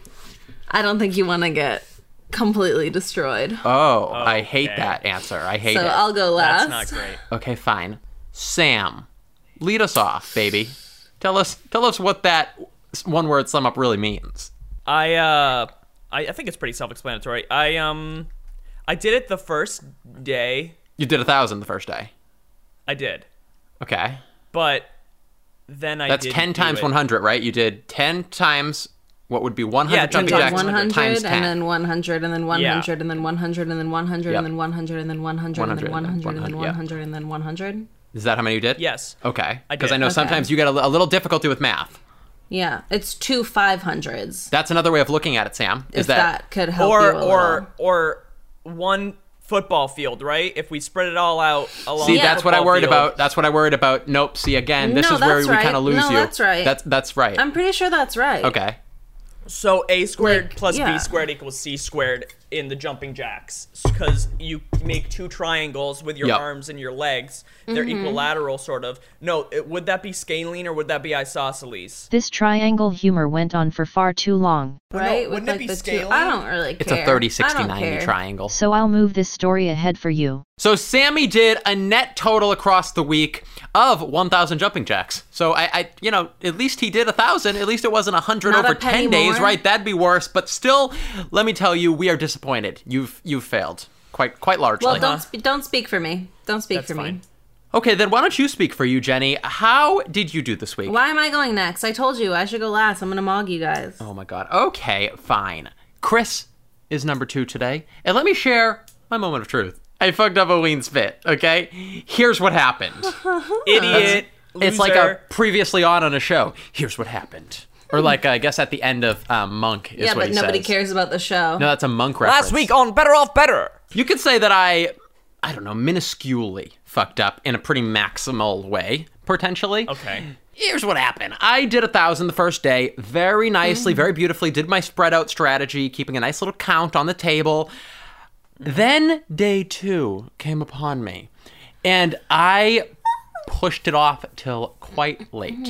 I don't think you want to get completely destroyed.
Oh, I hate
Okay.
that answer. I hate
so
it.
I'll go
that's
last.
not great.
okay, fine. Sam, lead us off, baby. Tell us tell us what that one word sum up really means.
I uh I, I think it's pretty self-explanatory. I um I did it the first day.
You did a thousand the first day.
I did.
Okay.
But then I
That's
didn't
ten
do
times
it.
one hundred, right? You did ten times what would be one hundred
Yeah, 10
jumping
times
jacks
100
times
and
ten.
then 100 and then 100 and then 100 and then 100
Yep.
and then 100 and then 100 and then 100 and then 100 and then 100.
Is that how many you did?
Yes. I
Okay. Because
did.
I know
Okay.
sometimes you get a, li- a little difficulty with math.
Yeah, it's two 500s.
That's another way of looking at it, Sam. Is
If that, could help
Or
you a little.
or or one football field, right? If we spread it all out along
See,
the
that's what I
football
worried
field.
about. That's what I worried about. Nope. See, again, this
No,
is where we
that's right.
kind of lose
No,
you.
that's right.
That's that's right.
I'm pretty sure that's right.
okay.
So a squared
Like,
plus
yeah.
b squared equals c squared in the jumping jacks because you make two triangles with your
Yep.
arms and your legs. They're
Mm-hmm.
equilateral, sort of. No, it, would that be scalene or would that be isosceles?
This triangle humor went on for far too long,
right?
wouldn't it be
the two-
scaling?
I don't really
It's
care.
a 30,
I
60,
don't
90
care.
triangle.
so I'll move this story ahead for you.
So Sammy did a net total across the week of 1,000 jumping jacks. So I, I, you know, at least he did 1,000. At least it wasn't 100
Not a
over
penny
10 days,
more.
right? That'd be worse. But still, let me tell you, we are disappointed. You've you've failed quite quite largely.
Well, don't sp- don't speak for me. Don't speak for me.
fine.
okay, then why don't you speak for you, Jenny? How did you do this week?
Why am I going next? I told you I should go last. I'm gonna mog you guys.
Oh my god. Okay, fine. Chris is number two today. And let me share my moment of truth. I fucked up Oween's bit, okay? Here's what happened.
Idiot.
It's like a
loser.
previously on on a show. Here's what happened. Or like I guess at the end of um, Monk is
yeah,
what
but
he
nobody
says.
cares about the show.
No, that's a Monk reference.
last week on Better Off Better.
you could say that I, I don't know, minusculely fucked up in a pretty maximal way potentially.
Okay.
Here's what happened. I did a thousand the first day, very nicely, very beautifully. Did my spread out strategy, keeping a nice little count on the table. Then day two came upon me, and I pushed it off till quite late.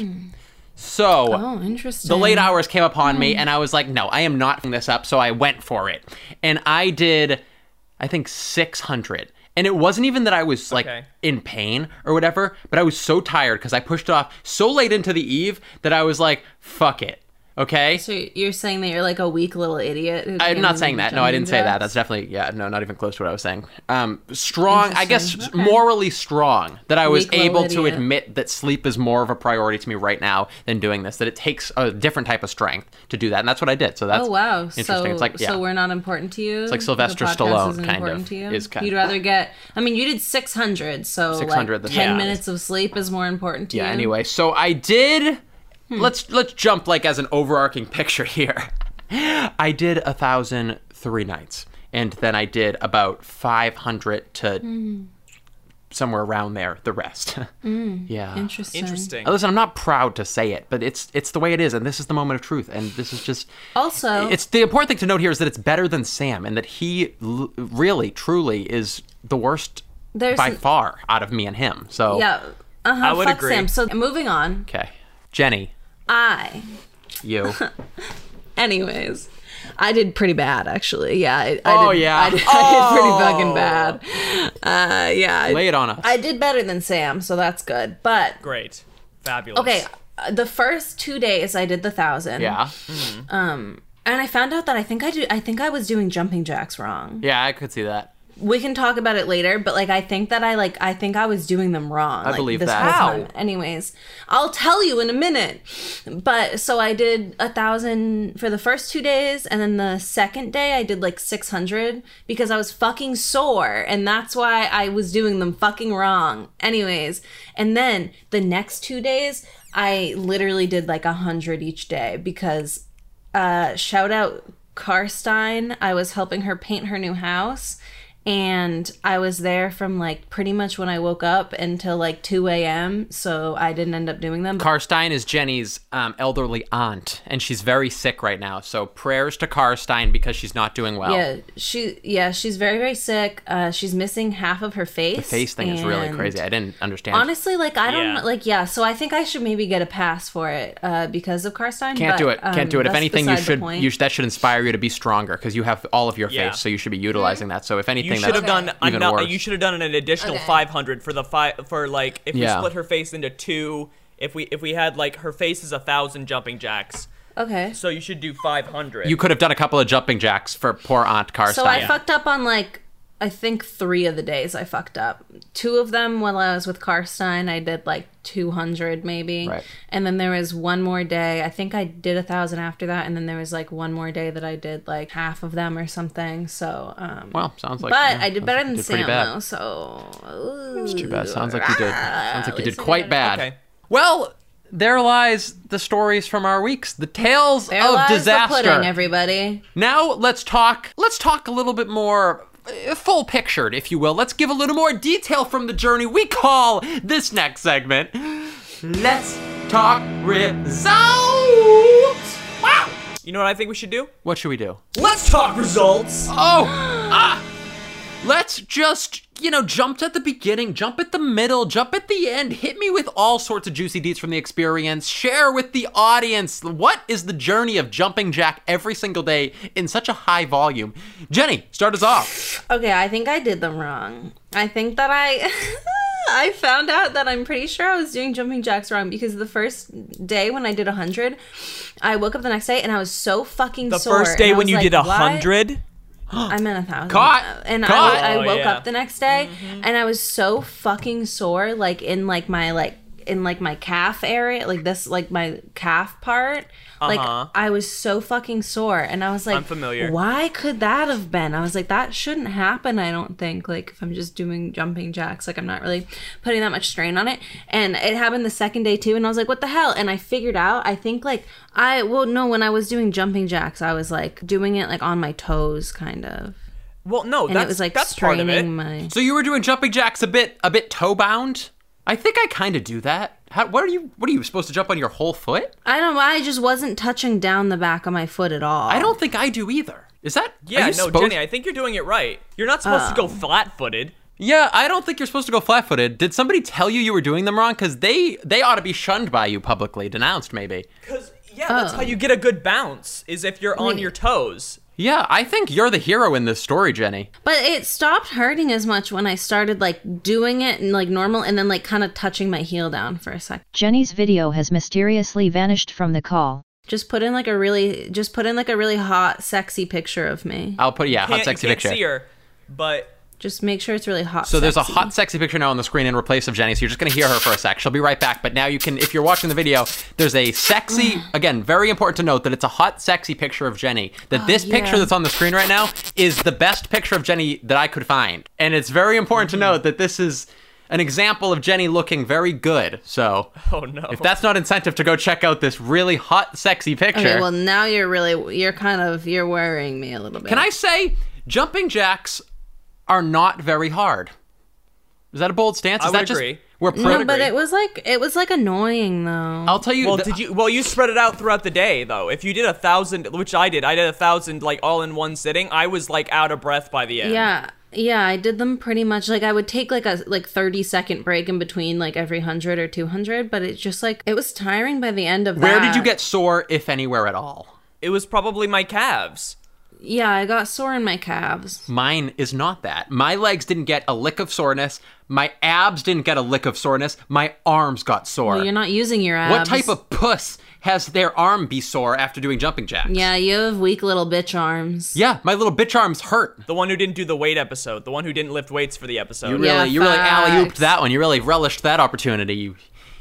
So
Oh, interesting.
the late hours came upon me, and I was like, no, I am not f***ing this up. So I went for it. And I did, I think, 600. And it wasn't even that I was like
Okay.
in pain or whatever, but I was so tired because I pushed it off so late into the eve that I was like, fuck it. Okay?
So you're saying that you're like a weak little idiot. who
I'm
can
not saying that. No, I
jump
didn't say that.
jacks?
That's definitely yeah. No, not even close to what I was saying. Um, strong. I guess morally strong that I was
Weak little
able to
idiot.
admit that sleep is more of a priority to me right now than doing this. That it takes a different type of strength to do that, and that's what I did. So that's
Oh wow!
interesting.
So
it's like yeah.
so we're not important to you. It's
like Sylvester Stallone, kind of,
To you?
is kind
You'd
of-
rather get. I mean, you did six hundred, so
600
Like
this
ten
time.
minutes of sleep is more important to
yeah.
you.
Anyway, so I did.
Hmm.
Let's let's jump like as an overarching picture here. I did a thousand three nights, and then I did about five hundred to.
Hmm.
Somewhere around there, the rest. yeah.
Hmm, Interesting.
Interesting.
Listen, I'm not proud to say it, but it's it's the way it is, and this is the moment of truth, and this is just.
Also,
It's the important thing to note here is that it's better than Sam, and that he l- really, truly is the worst
There's
by
n-
far out of me and him. So
yeah. Uh huh.
I would
fuck
agree.
Sam. So moving on,
okay, Jenny,
I.
you.
Anyways, I did pretty bad actually. Yeah. I, I
Oh,
did,
yeah. Oh.
I did, I did pretty fucking bad. Uh, yeah. I,
Lay it on us.
I did better than Sam, so that's good. But
Great. Fabulous.
okay, uh, the first two days I did the thousand.
yeah,
and I found out that I think I do. I think I was doing jumping jacks wrong.
yeah, I could see that.
We can talk about it later, but like I think that I like I think I was doing them wrong. I
believe
this
that.
whole
How?
time. Anyways, I'll tell you in a minute. But so I did a thousand for the first two days, and then the second day I did like six hundred because I was fucking sore, and that's why I was doing them fucking wrong. Anyways, and then the next two days I literally did like a hundred each day because uh, shout out Karstein. I was helping her paint her new house, and I was there from like pretty much when I woke up until like 2 a.m. So I didn't end up doing them.
Karstein is Jenny's um, elderly aunt, and she's very sick right now. So prayers to Karstein because she's not doing well.
yeah, she yeah she's very very sick. Uh, she's missing half of her face. The
Face thing is really crazy. I didn't understand.
Honestly, like I don't
Yeah.
like yeah. So I think I should maybe get a pass for it uh, because of Karstein.
Can't
but,
do it.
um,
Can't do it. If
that's
anything, you
beside the
should
point.
you sh- that should inspire you to be stronger because you have all of your
Yeah.
face, so you should be utilizing that. So if
You should
anything, that's
have done
even
ano-
worse.
you should have done an additional
Okay.
500 for the five for like if
Yeah.
we split her face into two if we if we had like her face is a thousand jumping jacks
okay.
so you should do 500
You could have done a couple of jumping jacks for poor Aunt Karstein.
So I fucked up on like I think three of the days I fucked up. Two of them while I was with Karstein, I did like two hundred maybe,
Right.
and then there was one more day. I think I did a thousand after that, and then there was like one more day that I did like half of them or something. So, um,
Well, sounds like.
but
yeah,
I did
sounds
better
like you
than
did pretty
Sam
bad.
though. So
It's too bad. Sounds like you did. Sounds like you did quite bad.
Okay.
Well, there lies the stories from our weeks, the tales
there
of
lies
Oh, disaster.
the pudding, everybody.
Now let's talk. Let's talk a little bit more uh, full pictured, if you will. Let's give a little more detail from the journey. We call this next segment. Let's talk results. Wow.
you You know what I think we should do?
What should we do?
Let's talk results.
Oh, ah, let's just you know jump at the beginning, jump at the middle, jump at the end. Hit me with all sorts of juicy deets from the experience. Share with the audience what is the journey of jumping jack every single day in such a high volume. Jenny, start us off.
Okay, I think I did them wrong. I think that I I found out that I'm pretty sure I was doing jumping jacks wrong because the first day when I did 100, I woke up the next day and I was so fucking
The
sore.
first day
and I
when
was
you
like,
did a
"What?"
hundred.
I meant a thousand.
Caught.
And
Caught.
I,
Oh,
I woke
yeah.
up the next day
Mm-hmm.
and I was so fucking sore, like in like my like in like my calf area, like this like my calf part.
Uh-huh.
Like I was so fucking sore, and I was like,
I'm familiar.
Why could that have been? I was like, that shouldn't happen. I don't think. Like if I'm just doing jumping jacks, like I'm not really putting that much strain on it. And it happened the second day too, and I was like, what the hell? And I figured out. I think like I well no, when I was doing jumping jacks, I was like doing it like on my toes, kind of.
Well, no,
And
that's
it was like
that's part
straining
of it.
my.
So you were doing jumping jacks a bit a bit toe bound. I think I kind of do that. How, what are you? What are you supposed to jump on your whole foot?
I don't know. I just wasn't touching down the back of my foot at all.
I don't think I do either. Is that?
Yeah,
are
no,
you supposed-
Jenny, I think you're doing it right. You're not supposed
Oh.
to go flat-footed.
Yeah, I don't think you're supposed to go flat-footed. Did somebody tell you you were doing them wrong? Because they they ought to be shunned by you publicly, denounced maybe.
Cause yeah, that's how you get a good bounce is if you're on
Oh. Wait.
your toes.
Yeah, I think you're the hero in this story, Jenny.
But it stopped hurting as much when I started like doing it and like normal, and then like kind of touching my heel down for a sec.
Jenny's video has mysteriously vanished from the call.
Just put in like a really, just put in like a really hot, sexy picture of me.
I'll put yeah,
Can't,
hot sexy
you can't
picture.
see her, but
Just make sure it's really hot.
So there's a
sexy.
hot sexy picture now on the screen in replace of Jenny. So you're just gonna hear her for a sec. She'll be right back. But now you can, if you're watching the video, there's a sexy. Again, very important to note that it's a hot sexy picture of Jenny. That this
Oh, yeah.
picture that's on the screen right now is the best picture of Jenny that I could find. And it's very important
Mm-hmm.
to note that this is an example of Jenny looking very good. So
oh no.
if that's not incentive to go check out this really hot sexy picture,
Okay, well now you're really, you're kind of, you're worrying me a little bit.
Can I say jumping jacks are not very hard? Is that a bold stance? Is
would
that just
agree.
we're pro-
No, but it was like, it was like annoying though.
I'll tell you.
well,
th-
did you? Well, you spread it out throughout the day, though. If you did a thousand, which I did, I did a thousand like all in one sitting. I was like out of breath by the end.
Yeah. Yeah, I did them pretty much like I would take like a like 30 second break in between like every 100 or 200, but it's just like it was tiring by the end of
where
that.
did you get sore, if anywhere at all?
It was probably my calves.
Yeah, I got sore in my calves.
Mine is not that. My legs didn't get a lick of soreness. My abs didn't get a lick of soreness. My arms got sore.
You're not using your
what
abs.
type of puss has their arm be sore after doing jumping jacks?
Yeah, you have weak little bitch arms.
Yeah, my little bitch arms hurt.
The one who didn't do the weight episode. The one who didn't lift weights for the episode.
You really,
Yeah,
you really alley ooped
facts.
that one. You really relished that opportunity. You,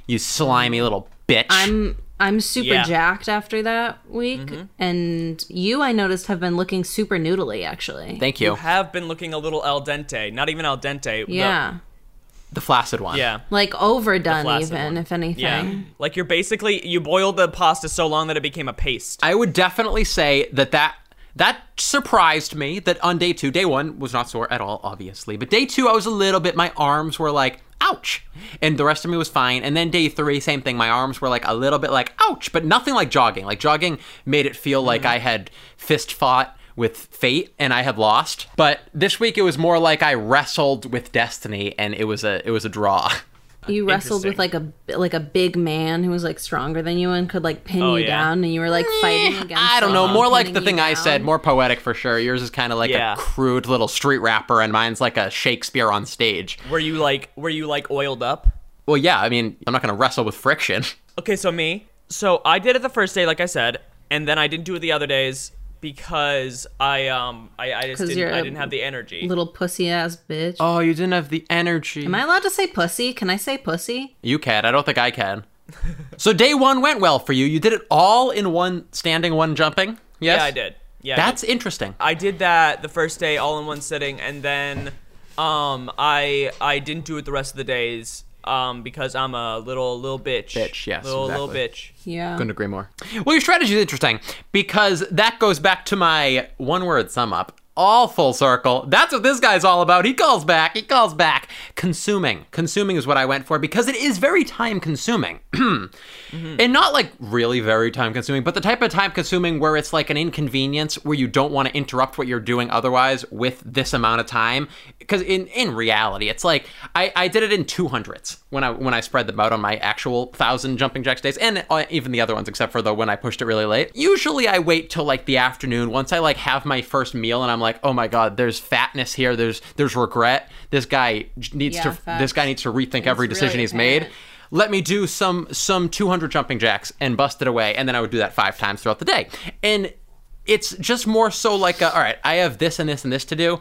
you slimy little bitch.
I'm I'm super
Yeah. Mm-hmm.
jacked after that week and you I noticed have been looking super noodly actually.
Thank you.
have been looking a little al dente. Not even al dente. the-
yeah.
the flaccid one.
yeah.
Like overdone
flaccid
even
one.
if anything.
Yeah. Like you're basically you boiled the pasta so long that it became a paste.
I would definitely say that that that surprised me. That on day two, day one was not sore at all, obviously, but day two I was a little bit. My arms were like ouch, and the rest of me was fine. And then day three, same thing. My arms were like a little bit like ouch, but nothing like jogging. Like jogging made it feel like I had fist fought with fate and I had lost. But this week it was more like I wrestled with destiny, and it was a it was a draw.
You wrestled with like
Interesting.
a like a big man who was like stronger than you and could like pin
Oh,
you
yeah.
down, and you were like fighting against.
Eh, I don't know.
someone
More like the
pinning
thing
you
I said,
down.
more poetic for sure. Yours is kind of like
Yeah.
a crude little street rapper, and mine's like a Shakespeare on stage.
Were you like were you like oiled up?
Well, yeah, I mean, I'm not going to wrestle with friction.
Okay, so me. So I did it the first day, like I said, and then I didn't do it the other days because I um I, I just
'Cause
didn't
you're
I
a
didn't have the energy.
little pussy ass bitch.
Oh, you didn't have the energy.
Am I allowed to say pussy? Can I say pussy?
You can. I don't think I can. so day one went well for you. You did it all in one standing, one jumping. Yes,
Yeah, I did. Yeah. I did.
That's interesting.
I did that the first day all in one sitting, and then um I I didn't do it the rest of the days um because I'm a little little bitch.
Bitch, yes,
Little little bitch.
exactly.
Yeah.
Couldn't agree more. Well, your strategy is interesting because that goes back to my one word sum up. all full circle. That's what this guy's all about. He calls back. He calls back. Consuming. Consuming is what I went for because it is very time consuming. And not like really very time consuming, but the type of time consuming where it's like an inconvenience where you don't want to interrupt what you're doing otherwise with this amount of time. Because in, in reality, it's like I, I did it in two hundredths when I when I spread them out on my actual thousand jumping jacks days, and uh, even the other ones, except for the when I pushed it really late. Usually, I wait till like the afternoon once I like have my first meal, and I'm like, oh my god, there's fatness here, there's there's regret. This guy j- needs
Yeah,
to
facts.
this guy needs to rethink every
really
decision he's made
apparent.
let me do some some 200 jumping jacks and bust it away and then i would do that five times throughout the day and it's just more so like a, all right i have this and this and this to do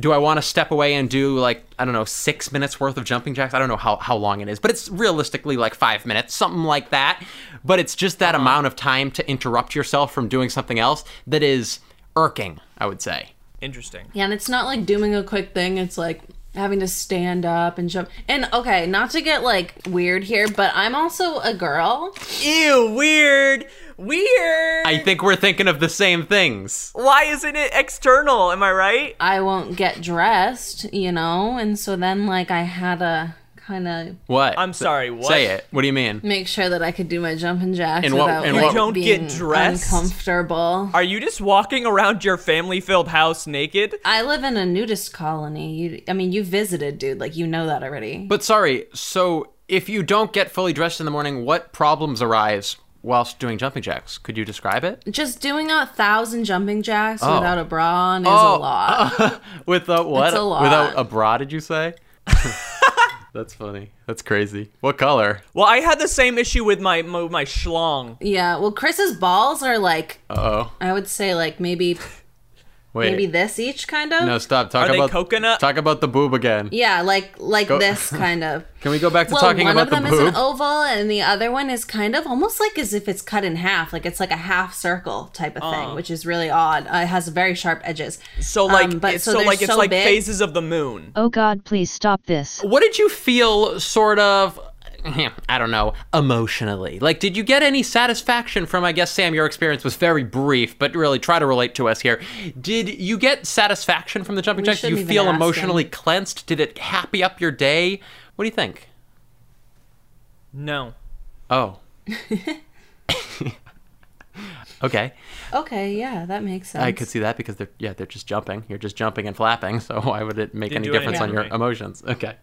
do i want to step away and do like i don't know six minutes worth of jumping jacks i don't know how, how long it is but it's realistically like five minutes something like that but it's just
Uh-huh.
that amount of time to interrupt yourself from doing something else that is irking i would say
Interesting.
Yeah, and it's not like doing a quick thing. It's like having to stand up and jump. And okay, not to get like weird here, but I'm also a girl.
Ew, weird. Weird.
i think we're thinking of the same things
Why isn't it external? Am I right?
I won't get dressed, you know? And so then like I had to kind of
what
I'm sorry, what?
say it what do you mean
make sure that I could do my jumping jacks
In what-
without
in
like,
what- You
don't
being
get dressed?
uncomfortable.
Are you just walking around your family filled house naked?
I live in a nudist colony. You, I mean, you visited, dude. Like you know that already.
But sorry, so if you don't get fully dressed in the morning, what problems arise whilst doing jumping jacks? Could you describe it?
Just doing a thousand jumping jacks without a bra on is a
Oh.
lot.
With a what?
It's a lot.
Without a bra, did you say? That's funny. That's crazy. What color?
Well, I had the same issue with my my, my schlong.
Yeah. Well, Chris's balls are like
Uh oh.
I would say like maybe
Wait.
maybe this each kind of.
no, stop. Talk
Are they
about
coconut?
Talk about the boob again.
Yeah, like like
Go-
this kind of.
Can we go back to
Well,
talking
one
about
of
the
them is
boob?
an oval, and the other one is kind of almost like as if it's cut in half, like it's like a half circle type of thing, which is really odd. Uh, it has very sharp edges.
Oh. So like
Um, but
it's
so
so,
they're
like it's
so
like
big.
phases of the moon.
Oh god, please stop this.
what did you feel sort of eh, I don't know, emotionally. Like did you get any satisfaction from I guess Sam your experience was very brief, but really try to relate to us here. Did you get satisfaction from the jumping jacks? Did you
shouldn't even
feel
ask
emotionally cleansed? Did it happy up your day? What do you think?
No.
Oh. okay.
Okay, yeah, that makes sense.
I could see that because they're yeah, they're just jumping. You're just jumping and flapping, so why would it make
Didn't do
any difference on
anything
your
to me.
emotions? Okay.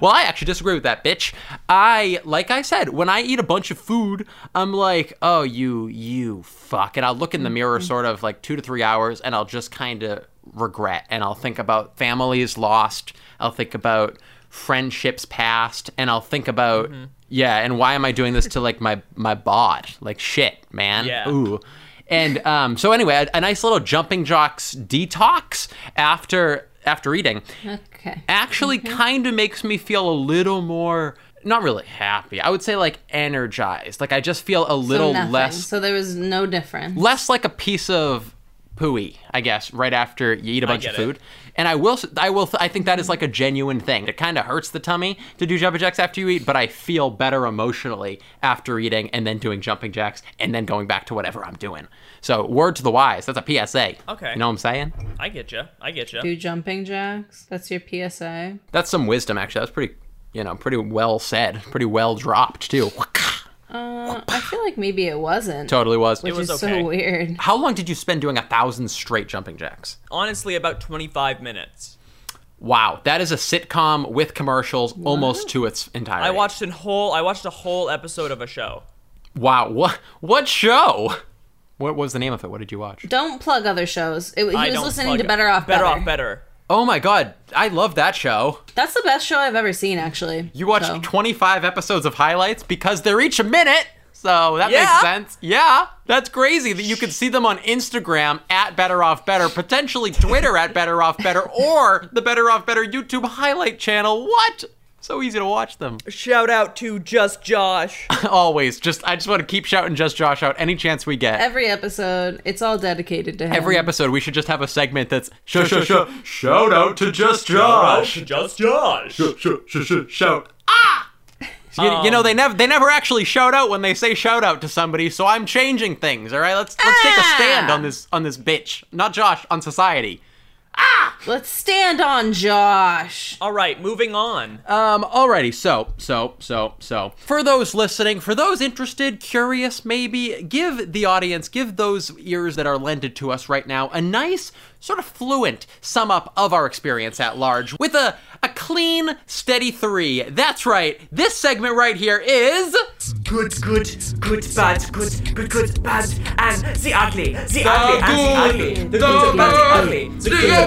Well, I actually disagree with that, bitch. I like I said, when I eat a bunch of food, I'm like, "Oh, you you fuck." And I'll look in
Mm-hmm.
the mirror sort of like 2 to 3 hours and I'll just kind of regret and I'll think about families lost. I'll think about friendships past and I'll think about
Mm-hmm.
yeah, and why am I doing this to like my my bod? Like shit, man.
Yeah.
Ooh. Ooh. And um, so anyway, a, a nice little jumping jocks detox after after eating
Okay.
actually kind of makes me feel a little more not really happy. I would say like energized. Like I just feel a
So
little
nothing.
less
So there was no difference.
less like a piece of pooey, I guess, right after you eat a bunch of
get it.
food. And I will, s- I will, I think that is like a genuine thing. It kind of hurts the tummy to do jumping jacks after you eat, but I feel better emotionally after eating and then doing jumping jacks and then going back to whatever I'm doing. So word to the wise, that's a PSA.
Okay.
you know what I'm saying?
I get you. I get you.
Do jumping jacks. That's your PSA.
That's some wisdom, actually. That's pretty, you know, pretty well said, pretty well dropped too.
Uh, I feel like maybe it wasn't,
totally was.
which
was
is
okay.
so weird.
How long did you spend doing a thousand straight jumping jacks?
Honestly, about 25 minutes.
Wow, that is a sitcom with commercials almost to its entirety.
I watched an whole I watched a whole episode of a show.
Wow, what what show? What was the name of it? What did you watch?
Don't plug other shows. It, he
I
was
don't
listening
plug
to
it.
Better Off
Better
Better.
Off Better.
Oh my god, I love that show.
That's the best show I've ever seen, actually.
You watched
Oh.
So,
25 episodes of highlights because they're each a minute. So that
Yeah.
makes sense. Yeah, that's crazy that you could see them on Instagram at Better Off Better, potentially Twitter at Better Off Better, or the Better Off Better YouTube highlight channel. What? So easy to watch them.
Shout out to Just Josh.
Always. Just I just want to keep shouting just Josh out any chance we get.
every episode, it's all dedicated to him.
Every episode, we should just have a segment that's show, show, show,
Shout out to Just Josh.
Just Josh.
Shout.
You, you know they never they never actually shout out when they say shout out to somebody. So I'm changing things. All right, let's let's take a stand on this on this bitch, not Josh, on society.
Let's stand on Josh.
All right, moving on.
Um, alrighty, so, so, so, so. For those listening, for those interested, curious, maybe, give the audience, give those ears that are lended to us right now a nice, sort of fluent sum up of our experience at large with a, a clean, steady three. That's right, this segment right here is.
Good, good, good, bad, good, good, good, bad, and the ugly, the ugly, and the ugly, the good, the bad, the ugly, the good, the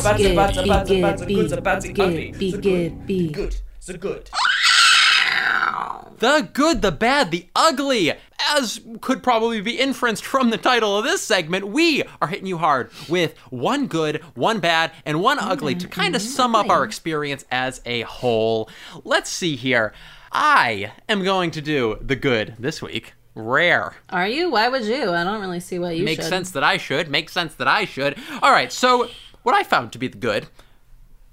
bad, the ugly, the bad, the bad, the bad, the bad, the good, the bad, the ugly,
Be
the
good, be good.
good, the good.
The good, the bad, the ugly. As could probably be inferenced from the title of this segment, we are hitting you hard with one good, one bad, and one ugly to kind of sum up our experience as a whole. Let's see here. I am going to do the good this week. Rare.
Are you? Why would you? I don't really see why you
Makes
should.
sense that I should. Makes sense that I should. All right, so what I found to be the good,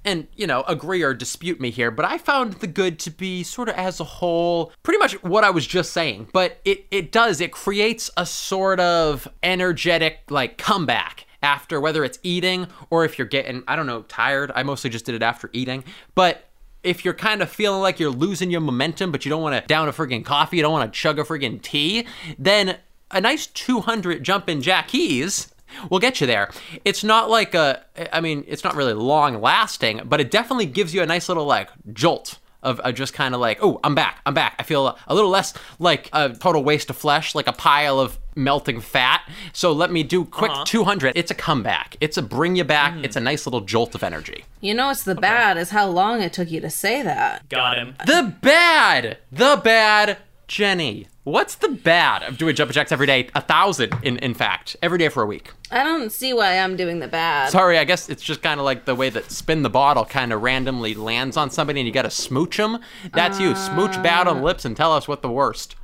and, you know, agree or dispute me here, but I found the good to be sort of as a whole pretty much what I was just saying, but it, it does, it creates a sort of energetic, like, comeback after whether it's eating or if you're getting, I don't know, tired. I mostly just did it after eating, but if you're kind of feeling like you're losing your momentum, but you don't want to down a friggin' coffee, you don't want to chug a friggin' tea, then a nice 200 jump in Jack Keys will get you there. It's not like a, I mean, it's not really long lasting, but it definitely gives you a nice little like jolt. Of of just kind of like, oh, I'm back, I'm back. I feel a little less like a total waste of flesh, like a pile of melting fat. So let me do quick 200. It's a comeback. It's a bring you back. It's a nice little jolt of energy.
You know it's the bad is how long it took you to say that.
Got him.
The bad, the bad, Jenny. What's the bad of doing jumping jacks every day? A thousand, in in fact, every day for a week.
I don't see why I'm doing the bad.
Sorry, I guess it's just kind of like the way that spin the bottle kind of randomly lands on somebody, and you got to smooch them. That's you, smooch
Ah.
bad on the lips, and tell us what the worst.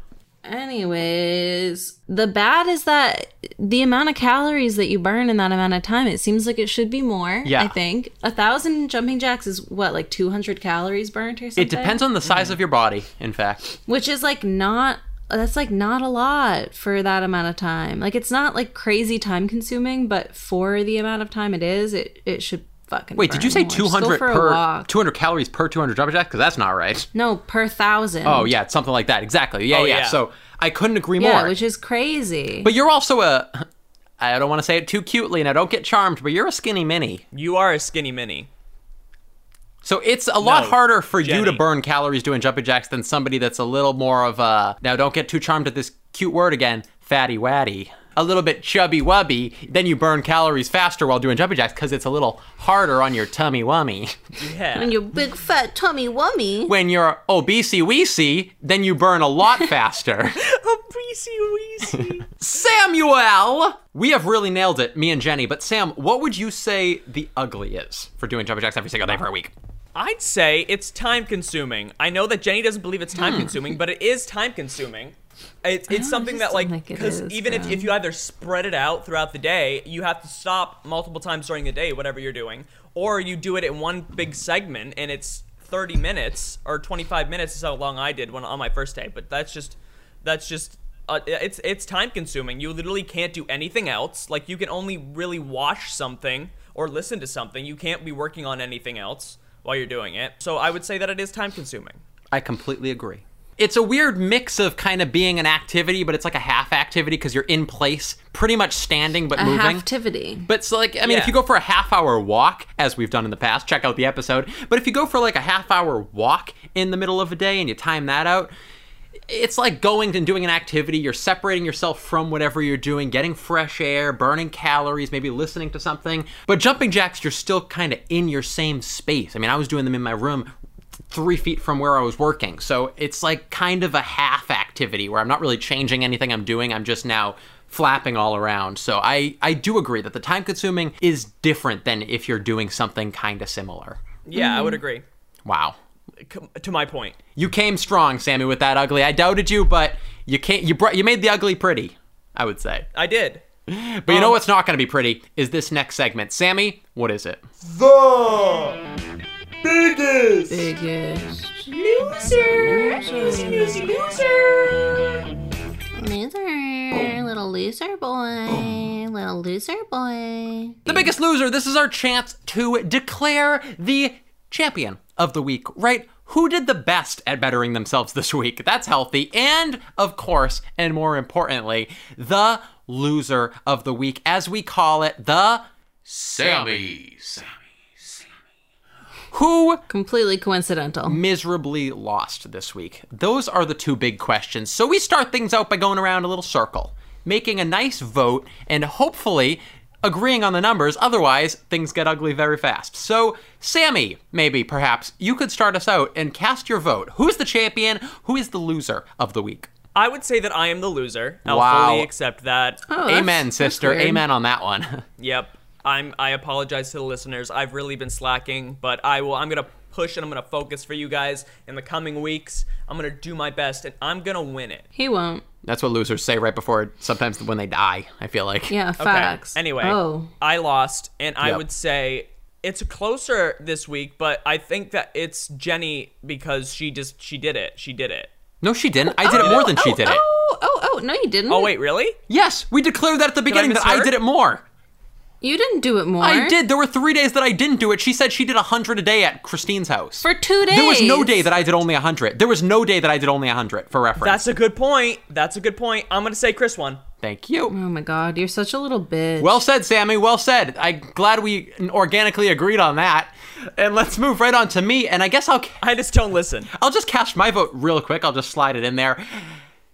Anyways, the bad is that the amount of calories that you burn in that amount of time, it seems like it should be more.
Yeah.
I think a thousand jumping jacks is what like 200 calories burnt or something.
It depends on the size of your body, in fact.
which is like not that's like not a lot for that amount of time. Like it's not like crazy time consuming, but for the amount of time it is, it it should fucking.
Wait, did you
burn
say
more. Just
two
go
hundred
for a
per
walk.
two hundred calories per two hundred jumping jacks? Because that's not right.
No, per thousand.
Oh yeah, it's something like that. Exactly. Yeah,
Oh,
yeah.
yeah.
So I couldn't agree
yeah,
more.
which is crazy.
But you're also a. I don't want to say it too cutely, and I don't get charmed, but you're a skinny mini.
You are a skinny mini.
So it's a lot
No,
harder for you to
Jenny.
burn calories doing jumping jacks than somebody that's a little more of a. Now, don't get too charmed at this cute word again fatty waddy. A little bit chubby wubby, then you burn calories faster while doing jumping jacks because it's a little harder on your tummy wummy.
Yeah.
your big fat tummy wummy.
When you're obesey weesey, then you burn a lot faster. Samuel! We have really nailed it, me and Jenny. But Sam, what would you say the ugly is for doing jumping jacks every single day for a week?
I'd say it's time consuming. I know that Jenny doesn't believe it's time
Hmm.
consuming, but it is time consuming. It's, it's something
just
that like
don't think it
because
is,
even if,
though.
if you either spread it out throughout the day, you have to stop multiple times during the day, whatever you're doing, or you do it in one big segment and it's 30 minutes or 25 minutes is how long I did when on my first day. But that's just that's just uh, it's it's time consuming. You literally can't do anything else. Like you can only really watch something or listen to something. You can't be working on anything else while you're doing it. So I would say that it is time consuming.
I completely agree. It's a weird mix of kind of being an activity, but it's like a half activity because you're in place, pretty much standing but
A
moving.
activity.
But so like I mean, if
Yeah.
you go for a half hour walk, as we've done in the past, check out the episode. But if you go for like a half hour walk in the middle of a day and you time that out, it's like going and doing an activity. You're separating yourself from whatever you're doing, getting fresh air, burning calories, maybe listening to something. But jumping jacks, you're still kind of in your same space. I mean, I was doing them in my room three feet from where I was working. So it's like kind of a half activity where I'm not really changing anything I'm doing. I'm just now flapping all around. So I, I do agree that the time consuming is different than if you're doing something kind of similar.
Yeah, I would agree.
Wow.
Com- To my point.
You came strong, Sammy, with that ugly. I doubted you, but you can't. You brought. You made the ugly pretty. I would say.
I did.
But you know what's not going to be pretty is this next segment. Sammy, what is it?
The biggest.
Biggest.
Loser. Snoozy loser.
Loser. Little Little loser boy. Little loser boy.
The biggest loser. This is our chance to declare the champion of the week, right? Who did the best at bettering themselves this week? That's healthy. And, of course, and more importantly, the loser of the week, as we call it, the
Sammy's.
who
Completely coincidental.
miserably lost this week? Those are the two big questions. So we start things out by going around a little circle, making a nice vote, and hopefully agreeing on the numbers. Otherwise, things get ugly very fast. So, Sammy, maybe, perhaps, you could start us out and cast your vote. Who's the champion? Who is the loser of the week?
I would say that I am the loser. I'll
Wow.
fully accept that.
Oh, that's-
Amen,
that's
sister.
weird.
Amen on that one.
Yep. I'm I apologize to the listeners. I've really been slacking, but I will I'm going to push and I'm going to focus for you guys in the coming weeks. I'm going to do my best and I'm going to win it.
He won't.
That's what losers say right before sometimes when they die, I feel like.
Yeah, facts.
Anyway,
Oh.
I lost, and I
Yep.
would say it's closer this week, but I think that it's Jenny because she just she did it. She did it.
No, she didn't. I did it more than she did it.
Oh, oh, oh, no, you didn't.
Oh wait, really?
Yes, we declared that at the beginning that I
misheard?
did it more.
You didn't do it more.
I did. There were three days that I didn't do it. She said she did 100 a day at Christine's house.
For two days.
there was no day that I did only 100. There was no day that I did only 100, for reference.
That's a good point. That's a good point. I'm gonna say Chris won.
Thank you.
Oh my god, you're such a little bitch.
Well said, Sammy. Well said. I'm glad we organically agreed on that. And let's move right on to me. And I guess I'll,
I just don't listen.
I'll just cast my vote real quick. I'll just slide it in there.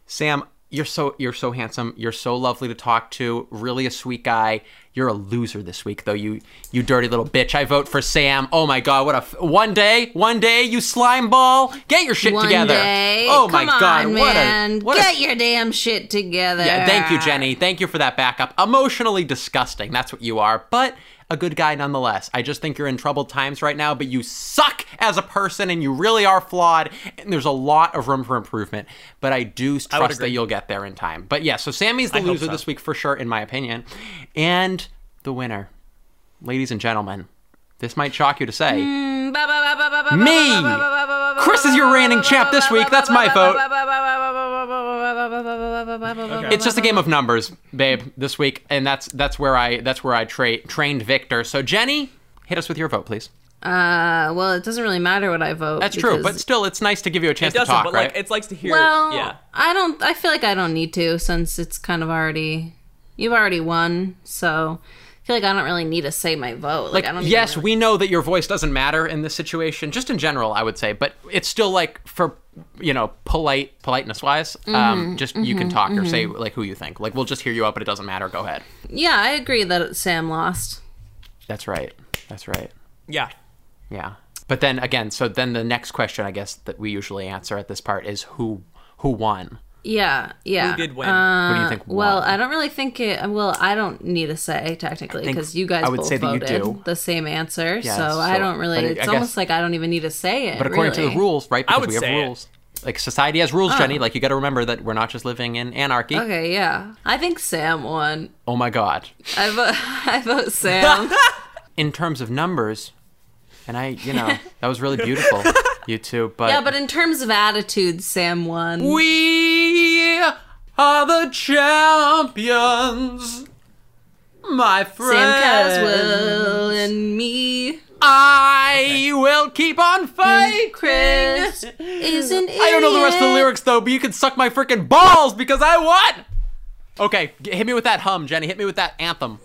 Sam, you're so you're so handsome. You're so lovely to talk to. Really a sweet guy. You're a loser this week though. You you dirty little bitch. I vote for Sam. Oh my god, what a f- one day, one day you slime ball. Get your shit
one
together.
day.
Oh
Come
my god,
on,
what
man.
a what
Get
a
your damn shit together.
yeah, thank you, Jenny. Thank you for that backup. Emotionally disgusting. That's what you are, but a good guy nonetheless. I just think you're in troubled times right now, but you suck as a person and you really are flawed, and there's a lot of room for improvement. But I do trust that
agree.
you'll get there in time. But yeah, so Sammy's the
hope
loser
so.
this week for sure, in my opinion. And the winner, ladies and gentlemen, this might shock you to say.
Mm.
Me! Chris is your reigning champ this week. That's my vote. It's just a game of numbers, babe, this week, and that's that's where I that's where I tra- trained Victor. So Jenny, hit us with your vote, please.
Uh, well, it doesn't really matter what I vote.
That's true,
because-
but still, it's nice to give you a chance
It doesn't,
to talk,
but
right?
like it's likes to hear.
well,
yeah.
I don't. I feel like I don't need to since it's kind of already. You've already won, so I feel like I don't really need to say my vote. Like,
Like,
I don't. even
yes,
really-
we know that your voice doesn't matter in this situation, just in general, I would say, but it's still like for you know polite politeness wise,
Mm-hmm,
um, just you can talk or say like who you think. Like we'll just hear you out, but it doesn't matter. Go ahead.
yeah, I agree that Sam lost.
That's right. That's right.
Yeah.
Yeah. But then again, so then the next question I guess that we usually answer at this part is who who won?
Yeah, yeah.
Who did win?
Who do you think won?
Uh, Well, I don't really think it. Well, I don't need to say technically
think-
because you guys
I would
both
say that you
voted
do.
the same answer, so,
so-
I don't really.
but I- I
it's
guess-
almost like I don't even need to say it.
But according to the
really. Ah.
rules, right? Because
would
we have
say it.
rules. Like society has rules, Jenny. Like you got to remember that we're not just living in anarchy.
Okay, yeah, I think Sam won.
Oh my God!
I vote. I vote Sam.
In terms of numbers, and I, you know, that was really beautiful, you two. But
yeah, but in terms of attitude, Sam won.
we are the champions, my friend.
Sam Caswell and me.
I will keep on
Mm.
fighting.
Chris is an idiot.
I don't know the rest of the lyrics though, but you can suck my freaking balls because I won. Okay, g- hit me with that hum, Jenny. Hit me with that anthem.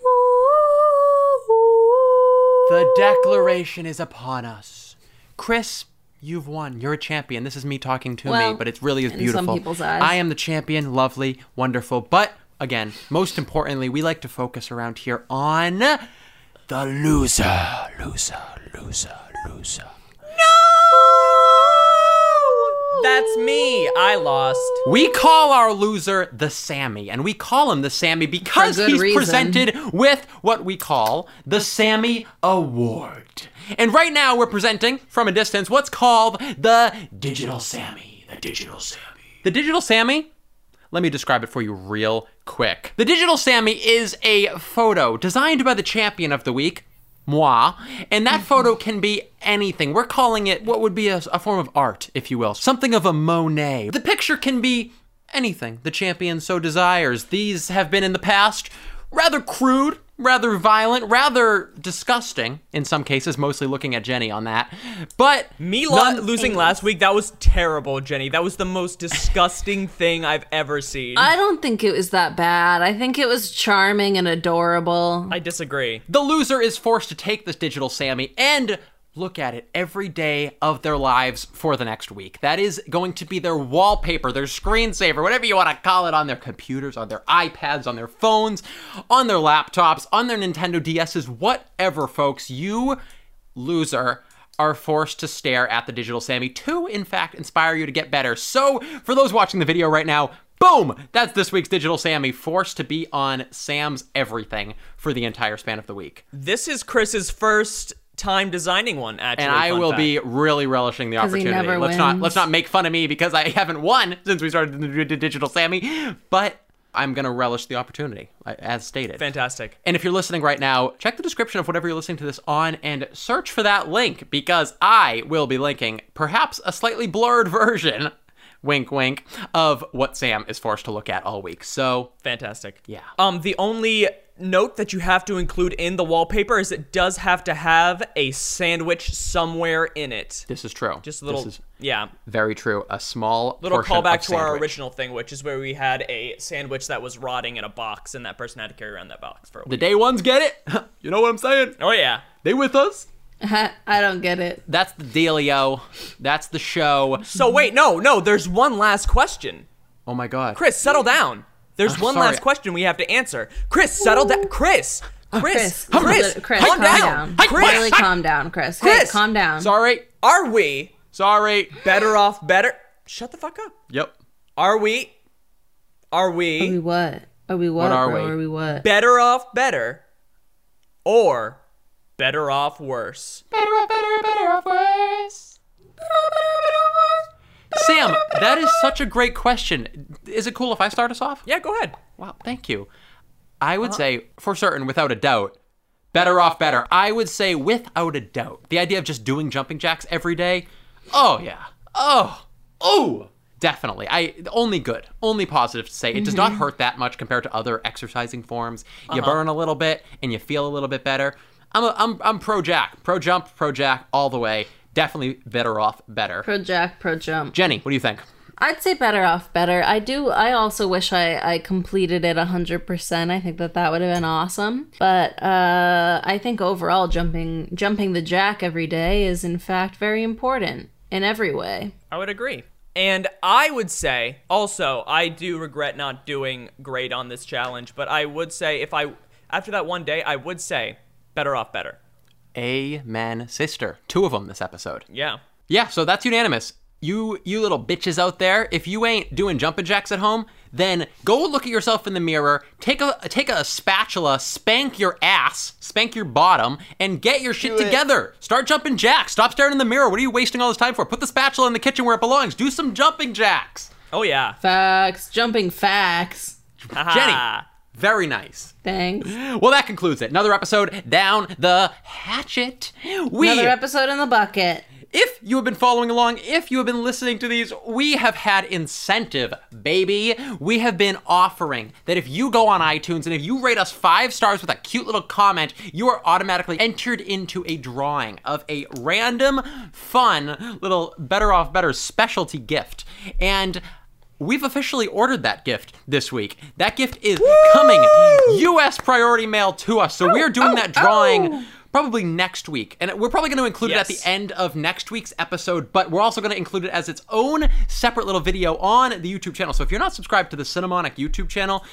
The declaration is upon us. Chris, you've won. You're a champion. This is me talking to
Well,
me, but it really is
in some
beautiful.
people's eyes.
I am the champion. Lovely, wonderful. But again, most importantly, we like to focus around here on the loser, loser, loser, loser.
That's me. I lost.
We call our loser the Sammy, and we call him the Sammy because
For good
he's
reason.
presented with what we call the Sammy Award. And right now, we're presenting from a distance what's called the Digital Sammy. The Digital Sammy. The Digital Sammy let me describe it for you real quick. The Digital Sammy is a photo designed by the champion of the week, moi, and that photo can be anything. We're calling it what would be a, a form of art, if you will, something of a Monet. The picture can be anything the champion so desires. These have been in the past rather crude, rather violent, rather disgusting in some cases, mostly looking at Jenny on that. But
Me lo-
none-
losing last week, that was terrible, Jenny. That was the most disgusting thing I've ever seen. I,
I don't think it was that bad. I think it was charming and adorable.
disagree.
the loser is forced to take this digital Sammy and look at it every day of their lives for the next week. That is going to be their wallpaper, their screensaver, whatever you want to call it, on their computers, on their iPads, on their phones, on their laptops, on their Nintendo DSs, whatever, folks. You loser are forced to stare at the digital Sammy to, in fact, inspire you to get better. So, for those watching the video right now, boom! That's this week's digital Sammy, forced to be on Sam's everything for the entire span of the week.
This is Chris's first time designing one, actually.
and I
fun
will
fact.
be really relishing the
he
opportunity.
never
let's not
wins.
let's not make fun of me because I haven't won since we started the d- d- digital Sammy, but I'm gonna relish the opportunity, I- as stated.
fantastic.
And if you're listening right now, check the description of whatever you're listening to this on and search for that link because I will be linking perhaps a slightly blurred version, wink, wink, of what Sam is forced to look at all week. So,
Fantastic.
Yeah.
Um, the only note that you have to include in the wallpaper is it does have to have a sandwich somewhere in it.
this is true.
Just a little,
This is
yeah,
very true. A small
little
portion
callback
of
to our
sandwich.
original thing, which is where we had a sandwich that was rotting in a box, and that person had to carry around that box for a
The
week.
day ones get it. you know what I'm saying?
oh yeah,
They with us.
I don't get it.
That's the dealio. That's the show.
So wait, no, no. There's one last question.
Oh my god.
Chris, settle down. There's
I'm
one
sorry.
last question we have to answer. Chris, settle down. Chris, Chris, Chris,
Chris,
calm down. Hey, Chris,
Really calm down, Chris. Hey,
Chris!
calm down.
Sorry.
are we
Sorry.
better off? Better. Shut the fuck up.
Yep.
Are we? Are
Are we
we
what? Are we what,
What are
bro?
we?
Are we what?
better off better, or better off worse?
Sam, that is such a great question. Is it cool if I start us off?
Yeah, go ahead.
Wow, thank you. I would say, for certain, without a doubt, better off better. I would say, without a doubt, the idea of just doing jumping jacks every day. Oh yeah. Oh. Oh. Definitely. I only good, only positive to say. It does not hurt that much compared to other exercising forms. You burn a little bit and you feel a little bit better. I'm a, I'm I'm pro jack, pro jump, pro jack all the way. Definitely better off better.
Pro jack, pro jump.
Jenny, what do you think?
I'd say better off better. I do. I also wish I, I completed it 100%. I think that that would have been awesome. But uh, I think overall, jumping jumping the jack every day is in fact very important in every way.
I would agree. And I would say also, I do regret not doing great on this challenge, but I would say if I, after that one day, I would say better off better.
Amen, sister. Two of them this episode.
Yeah.
Yeah, so that's unanimous. You you little bitches out there, if you ain't doing jumping jacks at home, then go look at yourself in the mirror, take a take a spatula, spank your ass, spank your bottom, and get your shit together. Start jumping jacks. Stop staring in the mirror. What are you wasting all this time for? Put the spatula in the kitchen where it belongs. Do some jumping jacks.
Oh, yeah.
Facts. Jumping facts.
Jenny, very nice.
Thanks.
Well, that concludes it. Another episode down the hatchet. We
Another episode in the bucket.
If you have been following along, if you have been listening to these, we have had incentive, baby. We have been offering that if you go on iTunes and if you rate us five stars with a cute little comment, you are automatically entered into a drawing of a random, fun little Better Off Better specialty gift. And We've officially ordered that gift this week. That gift is coming US priority mail to us. So we're doing that drawing probably next week. And we're probably going to include it at
Yes.
the end of next week's episode, but we're also going to include it as its own separate little video on the YouTube channel. So if you're not subscribed to the Cinemonic YouTube channel,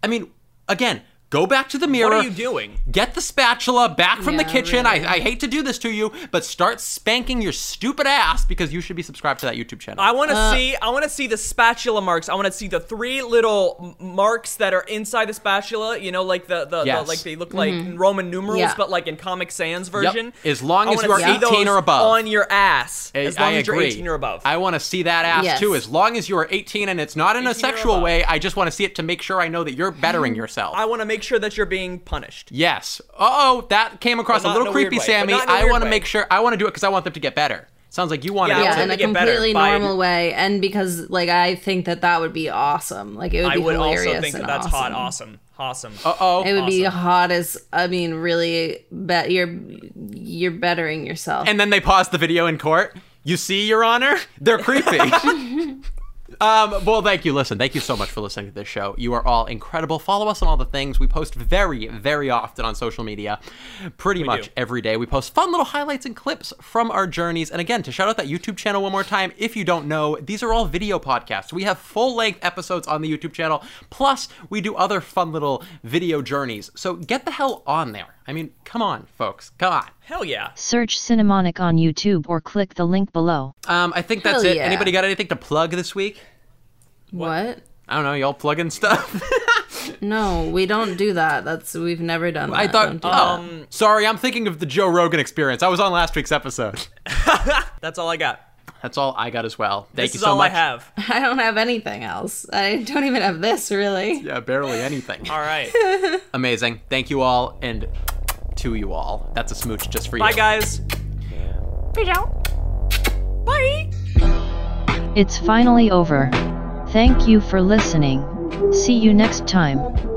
I mean, again, go back to the mirror.
What are you doing?
Get the spatula back from the
Yeah,
kitchen. I, I hate to do this to you, but start spanking your stupid ass because you should be subscribed to that YouTube channel.
I want to see. I want to see the spatula marks. I want to see the three little m- marks that are inside the spatula. You know, like the the, the-
Yes. Mm-hmm.
like they look like Roman numerals,
Yeah.
but like in Comic Sans version.
As long
I
as
wanna
you are
see
18 or
those
above.
on your ass.
I-
as long
I
as
agree.
you're 18 or above.
I want to see that ass
Yes.
too. As long as you are 18 and it's not in
18
a
or
sexual
above.
way, I just want to see it to make sure I know that you're bettering yourself.
I want to make sure that you're being punished.
yes. Uh oh, that came across
But
a
not
little
in a weird way,
creepy,
but
Sammy.
not in a
I
weird
want to
way.
make sure I want to do it because I want them to get better. Sounds like you wanted
Yeah,
it
I
to.
yeah,
wanted
in a
to get better
completely
by-
normal way, and because like I think that that would be awesome. Like it would
I
be
would
hilarious
also think
and
that that's
awesome.
hot, awesome, awesome.
oh.
It would be
Awesome.
hot as I mean, really. Bet you're you're bettering yourself.
and then they pause the video in court. You see, Your Honor, they're creepy. um, well, thank you. Listen, thank you so much for listening to this show. You are all incredible. Follow us on all the things we post very, very often on social media, pretty much
do.
every day. We post fun little highlights and clips from our journeys. And again, to shout out that YouTube channel one more time, if you don't know, these are all video podcasts. We have full length episodes on the YouTube channel, plus, we do other fun little video journeys. So get the hell on there. I mean, come on, folks. Come on.
Hell yeah.
Search Cinemonic on YouTube or click the link below.
Um, I think that's
Hell
it.
yeah.
Anybody got anything to plug this week?
what?
I don't know. Y'all plugging stuff.
No, we don't do that. That's we've never done. That.
I thought.
Don't do that.
Oh, sorry. I'm thinking of the Joe Rogan experience. I was on last week's episode.
That's all I got.
That's all I got as well. Thank
this
you
is
so
all
much.
I have.
I don't have anything else. I don't even have this really.
Yeah, barely anything.
All right.
Amazing. Thank you all, and to you all. That's a smooch just for you.
Bye, guys.
It's finally over. Thank you for listening. See you next time.